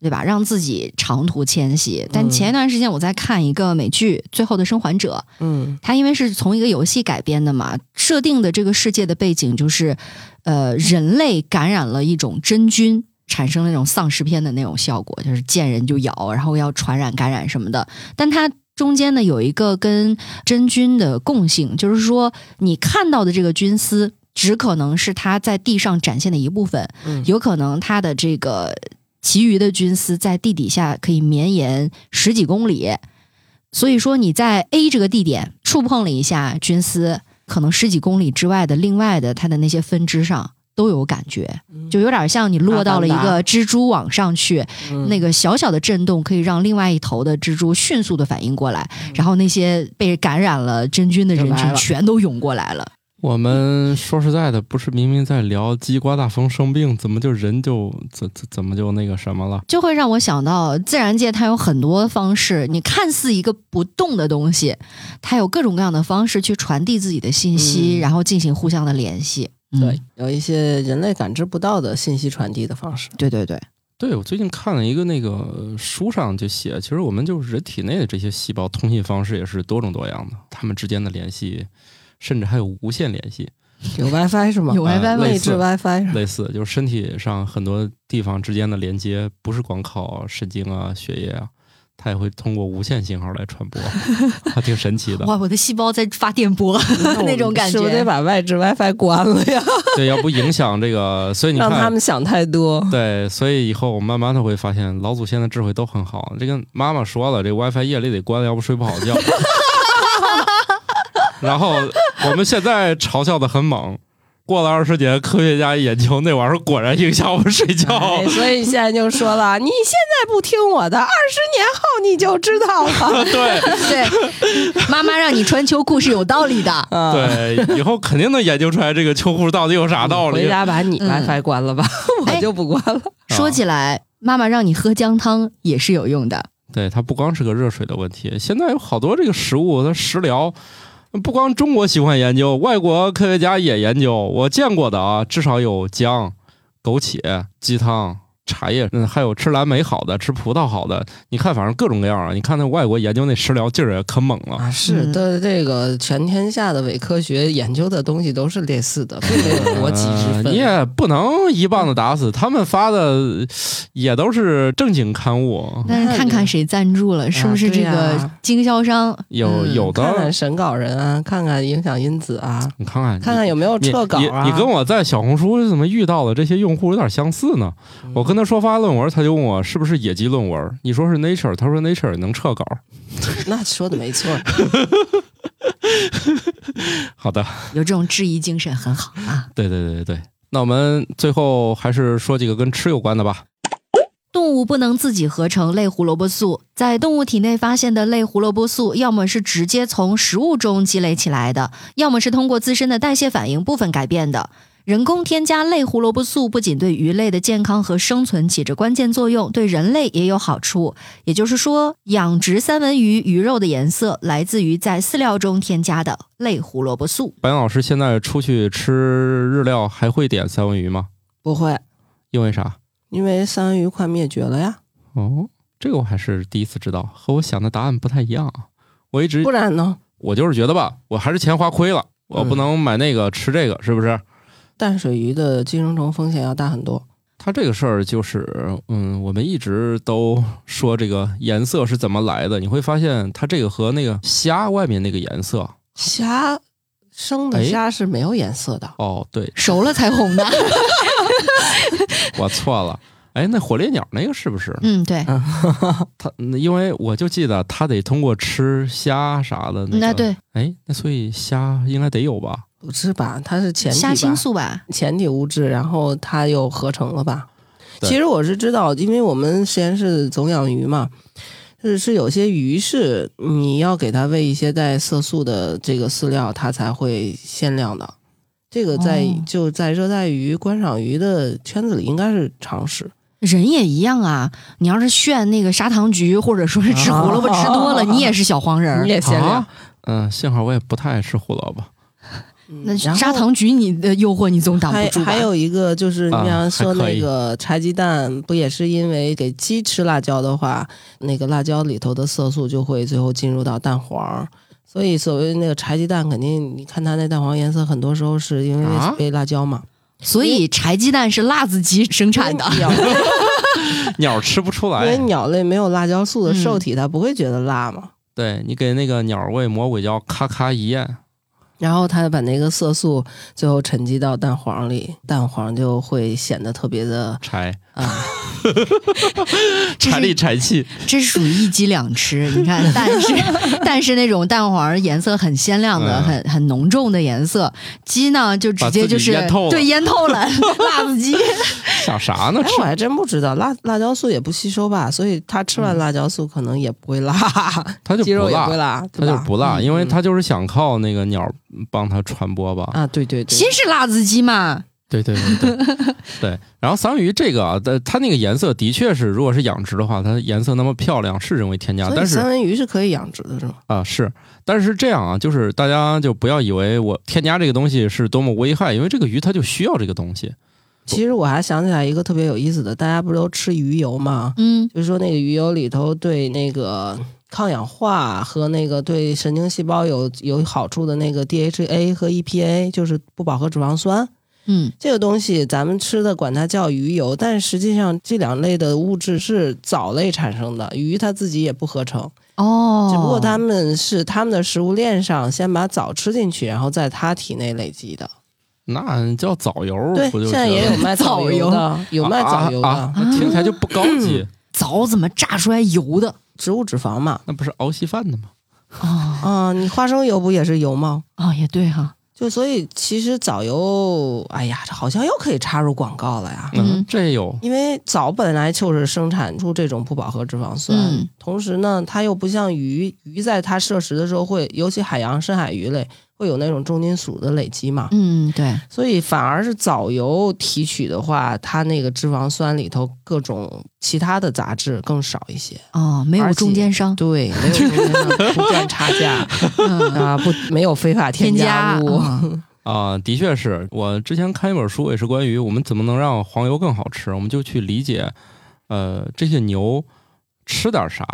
S3: 对吧，让自己长途迁徙。但
S1: 嗯
S3: 前一段时间我在看一个美剧《最后的生还者》，
S1: 嗯
S3: 它因为是从一个游戏改编的嘛，设定的这个世界的背景就是，呃，人类感染了一种真菌，产生了那种丧尸片的那种效果，就是见人就咬，然后要传染感染什么的。但它中间呢有一个跟真菌的共性，就是说你看到的这个菌丝。只可能是它在地上展现的一部分，
S1: 嗯
S3: 有可能它的这个其余的菌丝在地底下可以绵延十几公里。所以说你在 A 这个地点触碰了一下菌丝，可能十几公里之外的另外的它的那些分支上都有感觉，就有点像你落到了一
S1: 阿凡达
S3: 个蜘蛛网上去，
S1: 嗯
S3: 那个小小的震动可以让另外一头的蜘蛛迅速的反应过来，然后那些被感染了真菌的人
S1: 嗯就来
S3: 群
S1: 了
S3: 全都涌过来了。
S2: 我们说实在的，不是明明在聊鸡刮大风生病，怎么就人就怎怎怎么就那个什么了？
S3: 就会让我想到自然界它有很多方式，你看似一个不动的东西，它有各种各样的方式去传递自己的信息，
S1: 嗯
S3: 然后进行互相的联系。嗯
S1: 对，有一些人类感知不到的信息传递的方式。
S3: 对对对，
S2: 对我最近看了一个那个呃书上就写，其实我们就是人体内的这些细胞通信方式也是多种多样的，它们之间的联系，甚至还有无线联系，
S1: 有 WiFi 是吗？啊
S3: 有 WiFi 吗
S2: 类
S1: 内
S2: 似
S1: 置 WiFi 是吗
S2: 类似就是身体上很多地方之间的连接，不是光靠神经啊、血液啊，它也会通过无线信号来传播， 还挺神奇的。
S3: 哇，我的细胞在发 电波 那种感
S1: 是不是得
S3: 觉。
S1: 把外置 WiFi 关了呀？
S2: 对，要不影响这个，所以你
S1: 让他
S2: 看
S1: 们，想太 多。
S2: 对，所以以后我慢慢的会发现，老祖先的智慧都很好。这个妈妈说了，这 WiFi 夜里得关，要不睡不好觉。 然后我们现在嘲笑的很猛，过了二十年，科学家研究那玩意儿果然影响我们睡觉。
S1: 哎所以现在就说 了，你现在不听我的，二十年后你就知道 了。
S2: 对
S3: 对，妈妈让你穿秋裤是有 道理的。
S1: 啊，
S2: 对，以后肯定能研究出来这个秋裤到底有啥道
S1: 回
S2: 理。
S1: 家把你
S3: 嗯
S1: WiFi 关了吧，
S3: 哎
S1: 我就不关了。
S3: 说起来，妈妈让你喝姜汤也是有用的。
S2: 对，它不光是个热水的问题，现在有好多这个食物，它食疗，不光中国喜欢研究，外国科学家也研究。我见过的啊，至少有姜、枸杞、鸡汤、茶叶，嗯，还有吃蓝莓好的，吃葡萄好的，你看反正各种各样啊。你看那外国研究那食疗劲儿也可猛了，
S1: 啊，是
S3: 嗯
S1: 的，这个全天下的伪科学研究的东西都是类似的，并没有国籍之
S2: 呃
S1: 分。
S2: 你也不能一棒子打死，他们发的呃也都是正经刊物，
S3: 但是看看谁赞助了，是不是这
S1: 对
S3: 个
S1: 呀
S3: 经销商？
S2: 有
S1: 嗯
S2: 有
S1: 看看
S2: 的，
S1: 审稿人啊，看看影响因子啊，
S2: 你看看，
S1: 看看有没有
S2: 你
S1: 撤稿啊。
S2: 你你跟我在小红书怎么遇到的这些用户有点相似呢？
S1: 嗯
S2: 我跟他说发论文，他就问我是不是野鸡论文。你说是 Nature，他说 Nature 也能撤稿。
S1: 那说的没错，
S2: 好的，
S3: 有这种质疑精神很好啊。
S2: 对对对对对。那我们最后还是说几个跟吃有关的吧。
S3: 动物不能自己合成类胡萝卜素，在动物体内发现的类胡萝卜素，要么是直接从食物中积累起来的，要么是通过自身的代谢反应部分改变的。人工添加类胡萝卜素不仅对鱼类的健康和生存起着关键作用，对人类也有好处。也就是说，养殖三文鱼鱼肉的颜色来自于在饲料中添加的类胡萝卜素。
S2: 白岩老师现在出去吃日料还会点三文鱼吗？
S1: 不会，
S2: 因为啥？
S1: 因为三文鱼快灭绝了呀，
S2: 哦，这个我还是第一次知道，和我想的答案不太一样啊。我一直
S1: 不然呢？
S2: 我就是觉得吧，我还是钱花亏了，我不
S1: 嗯
S2: 能买那个吃这个，是不是？
S1: 淡水鱼的寄生虫风险要大很多。
S2: 它这个事儿就是，嗯，我们一直都说这个颜色是怎么来的，你会发现它这个和那个虾外面那个颜色，
S1: 虾生的
S2: 哎
S1: 虾是没有颜色的，
S2: 哦，对
S3: 熟了才红的。
S2: 我错了，哎，那火烈鸟那个是不是？
S3: 嗯，对，
S1: 啊
S2: 它嗯因为我就记得它得通过吃虾啥的、那个，
S3: 那对，
S2: 哎，那所以虾应该得有吧？
S1: 不是吧？它是前体吧
S3: 虾青素吧？
S1: 前体物质，然后它又合成了吧？
S2: 对
S1: 其实我是知道，因为我们实验室总养鱼嘛，是是有些鱼是你要给它喂一些带色素的这个饲料，它才会限量的。这个在、
S3: 哦
S1: 就在热带鱼观赏鱼的圈子里应该是常识。
S3: 人也一样啊，你要是炫那个砂糖橘，或者说是吃胡萝卜吃多了，
S1: 啊
S3: 你也是小黄人儿。
S1: 也
S2: 啊，嗯、幸好我也不太爱吃胡萝卜。
S3: 那
S1: 然后
S3: 砂糖橘，你的诱惑你总挡
S1: 还
S3: 不住吧
S1: 还有一个就是，你
S2: 啊
S1: 比方说
S2: 还可
S1: 那
S2: 以
S1: 个柴鸡蛋，不也是因为给鸡吃辣椒的话，那个辣椒里头的色素就会最后进入到蛋黄。所以所谓那个柴鸡蛋，肯定你看它那蛋黄颜色，很多时候是因为
S2: 啊
S1: 被辣椒嘛。
S3: 所以柴鸡蛋是辣子鸡生 产的。
S1: 因为鸟，
S2: 鸟吃不出
S1: 因为
S2: 来，
S1: 鸟类没有辣椒素的
S3: 嗯
S1: 受体，它不会觉得辣嘛。
S2: 对你给那个鸟喂魔鬼椒，咔咔一咽，
S1: 然后它把那个色素最后沉积到蛋黄里，蛋黄就会显得特别的
S2: 柴
S1: 啊，
S3: 这
S2: 柴
S3: 是
S2: 里柴气。
S3: 这是属于一鸡两吃。你看，蛋是蛋是那种蛋黄颜色很鲜亮的、
S2: 嗯
S3: 很很浓重的颜色，鸡呢就直接就是
S2: 把自己腌透了
S3: 对腌 透了辣子鸡。
S2: 想啥呢？
S1: 哎，我还真不知道辣辣椒素也不吸收吧，所以它吃完辣椒素可能也不会辣，
S2: 嗯它就
S1: 鸡肉
S2: 不
S1: 也不会辣，
S2: 辣，它
S1: 对
S2: 就
S1: 吧
S2: 不辣，
S1: 嗯
S2: 因为
S1: 嗯
S2: 它就是想靠那个鸟帮它传播吧。
S1: 啊，对对对，
S3: 先是辣子鸡嘛，
S2: 对对对对对。然后三文鱼这个啊，它它那个颜色的确是，如果是养殖的话，它颜色那么漂亮是人为添加，
S1: 所以
S2: 但是
S1: 三文鱼是可以养殖的，是吗？
S2: 啊是，但是这样啊，就是大家就不要以为我添加这个东西是多么危害，因为这个鱼它就需要这个东西。
S1: 其实我还想起来一个特别有意思的，大家不是都吃鱼油吗？
S3: 嗯，
S1: 就是说那个鱼油里头对那个抗氧化和那个对神经细胞有有好处的那个 DHA 和 EPA，就是不饱和脂肪酸。
S3: 嗯，
S1: 这个东西咱们吃的管它叫鱼油，但实际上这两类的物质是藻类产生的，鱼它自己也不合成，
S3: 哦，
S1: 只不过它们是它们的食物链上先把藻吃进去，然后在它体内累积的。
S2: 那你叫藻油，
S1: 对，
S2: 不就
S1: 现在
S2: 是
S1: 也有 卖藻油的，有卖藻油的，
S2: 啊啊啊， 那听起来就不高级，
S3: 枣怎么榨出来油的？
S1: 植物脂肪嘛。
S2: 那不是熬稀饭的吗？
S3: 哦
S1: 啊、你花生油不也是油吗？
S3: 哦，也对哈、
S1: 就所以其实藻油，哎呀，这好像又可以插入广告了呀。
S2: 嗯
S3: 嗯，
S2: 这也有
S1: 因为藻本来就是生产出这种不饱和脂肪酸，
S3: 嗯
S1: 同时呢，它又不像鱼，鱼在它摄食的时候会，尤其海洋深海鱼类会有那种重金属的累积嘛，
S3: 嗯，对，
S1: 所以反而是藻油提取的话，它那个脂肪酸里头各种其他的杂质更少一些，
S3: 哦，没有
S1: 而且
S3: 中间商，
S1: 对，没 有中间的不赚差价
S3: 嗯，
S1: 啊，不没有非法
S3: 添
S1: 加物。
S3: 嗯
S2: 啊，的确是我之前看一本书，也是关于我们怎么能让黄油更好吃，我们就去理解，呃，这些牛吃点啥，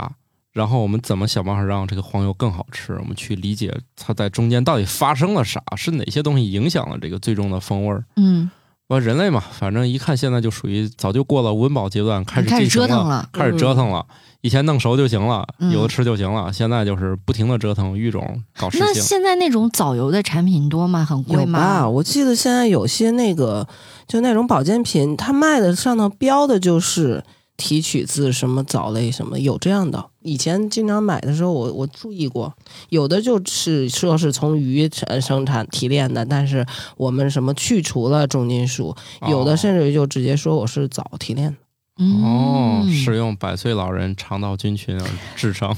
S2: 然后我们怎么想办法让这个黄油更好吃，我们去理解它在中间到底发生了啥，是哪些东西影响了这个最终的风味儿。
S3: 嗯，
S2: 我人类嘛，反正一看现在就属于早就过了温饱阶段，开始
S3: 开始
S2: 进行
S3: 折
S2: 了，
S3: 腾了，
S2: 开始折腾了。以前弄熟就行了，
S3: 嗯
S2: 有的吃就行了，现在就是不停的折腾育种，搞事
S3: 那
S2: 情。
S3: 现在那种藻油的产品多吗？很贵
S1: 有吧？
S3: 吗？
S1: 我记得现在有些那个就那种保健品，它卖的上头标的就是提取自什么藻类什么，有这样的。以前经常买的时候我，我注意过，有的就是说是从鱼产生产提炼的，但是我们什么去除了重金属，有的甚至于就直接说我是藻提炼的。
S3: 嗯
S2: 哦，使用百岁老人肠道菌群啊，智商。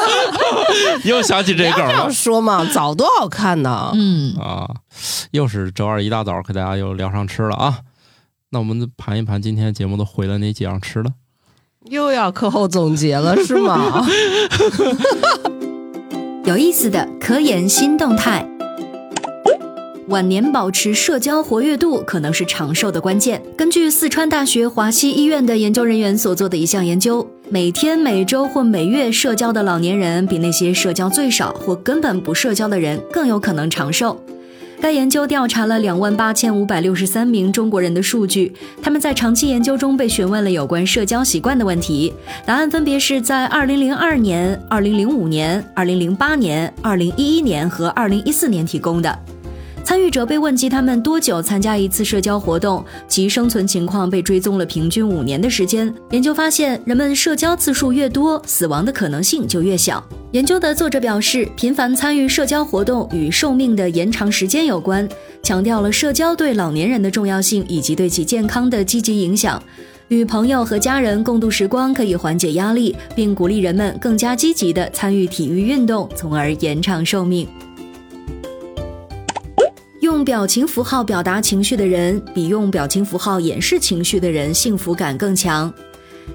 S2: 又想起这梗
S1: 这样
S2: 了
S1: 说嘛，藻多好看呢！
S3: 嗯，
S2: 啊！又是周二一大早给大家又聊上吃了啊。那我们盘一盘今天节目都回了哪几样吃的？
S1: 又要课后总结了是吗？
S4: 有意思的科研新动态。晚年保持社交活跃度可能是长寿的关键。根据四川大学华西医院的研究人员所做的一项研究，每天、每周或每月社交的老年人，比那些社交最少或根本不社交的人更有可能长寿。该研究调查了两万八千五百六十三名中国人的数据，他们在长期研究中被询问了有关社交习惯的问题，答案分别是在二零零二年、二零零五年、二零零八年、二零一一年和二零一四年提供的。参与者被问及他们多久参加一次社交活动，其生存情况被追踪了平均五年的时间。研究发现，人们社交次数越多，死亡的可能性就越小。研究的作者表示，频繁参与社交活动与寿命的延长时间有关，强调了社交对老年人的重要性以及对其健康的积极影响。与朋友和家人共度时光可以缓解压力，并鼓励人们更加积极地参与体育运动，从而延长寿命。用表情符号表达情绪的人，比用表情符号掩饰情绪的人幸福感更强。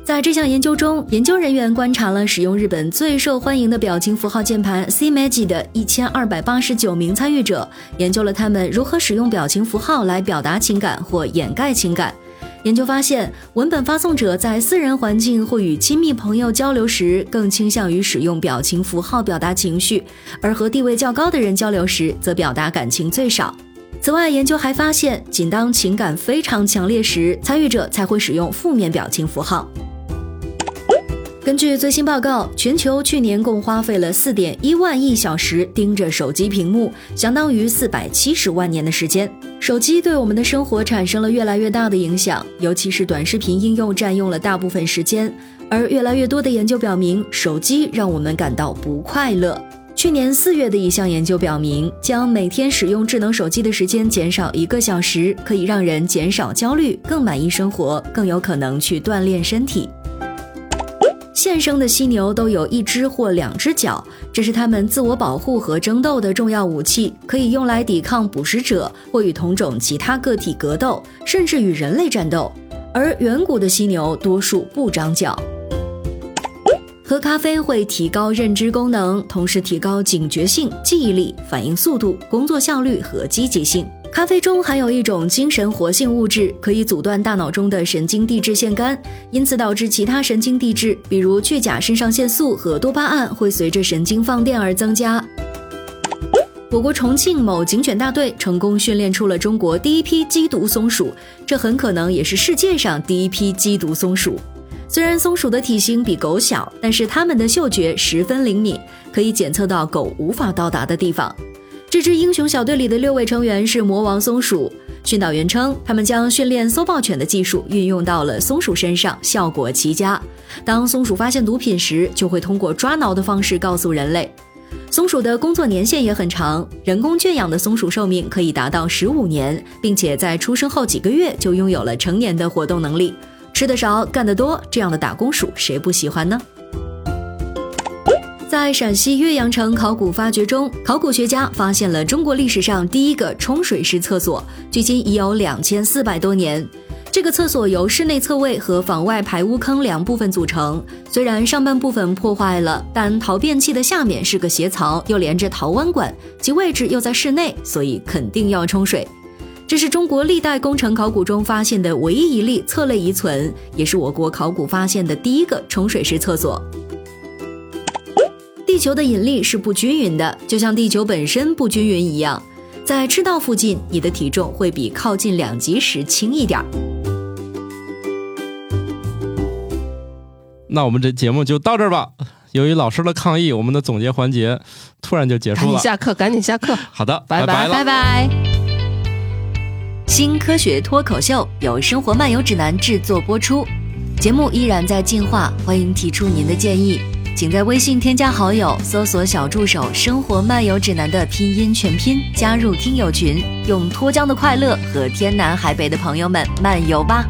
S4: 在这项研究中，研究人员观察了使用日本最受欢迎的表情符号键盘 C Magic 的1289名参与者，研究了他们如何使用表情符号来表达情感或掩盖情感。研究发现，文本发送者在私人环境或与亲密朋友交流时，更倾向于使用表情符号表达情绪，而和地位较高的人交流时，则表达感情最少。此外，研究还发现，仅当情感非常强烈时，参与者才会使用负面表情符号。根据最新报告，全球去年共花费了4.1万亿小时盯着手机屏幕，相当于470万年的时间。手机对我们的生活产生了越来越大的影响，尤其是短视频应用占用了大部分时间。而越来越多的研究表明，手机让我们感到不快乐。去年四月的一项研究表明，将每天使用智能手机的时间减少一个小时，可以让人减少焦虑，更满意生活，更有可能去锻炼身体。现生的犀牛都有一只或两只角，这是它们自我保护和争斗的重要武器，可以用来抵抗捕食者或与同种其他个体格斗，甚至与人类战斗。而远古的犀牛多数不长角。喝咖啡会提高认知功能，同时提高警觉性、记忆力、反应速度、工作效率和积极性。咖啡中含有一种精神活性物质，可以阻断大脑中的神经递质腺苷，因此导致其他神经递质，比如去甲肾上腺素和多巴胺，会随着神经放电而增加。我国重庆某警犬大队成功训练出了中国第一批缉毒松鼠，这很可能也是世界上第一批缉毒松鼠。虽然松鼠的体型比狗小，但是它们的嗅觉十分灵敏，可以检测到狗无法到达的地方。这支英雄小队里的六位成员是魔王松鼠。训导员称，他们将训练搜爆犬的技术运用到了松鼠身上，效果奇佳。当松鼠发现毒品时，就会通过抓挠的方式告诉人类。松鼠的工作年限也很长，人工圈养的松鼠寿命可以达到十五年，并且在出生后几个月就拥有了成年的活动能力。吃得少，干得多，这样的打工鼠谁不喜欢呢？在陕西岳阳城考古发掘中，考古学家发现了中国历史上第一个冲水式厕所，距今已有两千四百多年。这个厕所由室内厕位和房外排污坑两部分组成。虽然上半部分破坏了，但陶便器的下面是个斜槽，又连着陶弯管，其位置又在室内，所以肯定要冲水。这是中国历代工程考古中发现的唯一一例侧类遗存，也是我国考古发现的第一个冲水式厕所。地球的引力是不均匀的，就像地球本身不均匀一样。在赤道附近，你的体重会比靠近两极时轻一点儿。
S2: 那我们这节目就到这儿吧。由于老师的抗议，我们的总结环节突然就结
S1: 赶
S2: 束
S1: 紧
S2: 了。
S1: 下课，赶紧下课。
S2: 好的，
S1: 拜拜
S2: 拜了。
S3: 拜拜。
S4: 新科学脱口秀由生活漫游指南制作播出，节目依然在进化，欢迎提出您的建议，请在微信添加好友，搜索小助手“生活漫游指南”的拼音全拼，加入听友群，用脱缰的快乐和天南海北的朋友们漫游吧。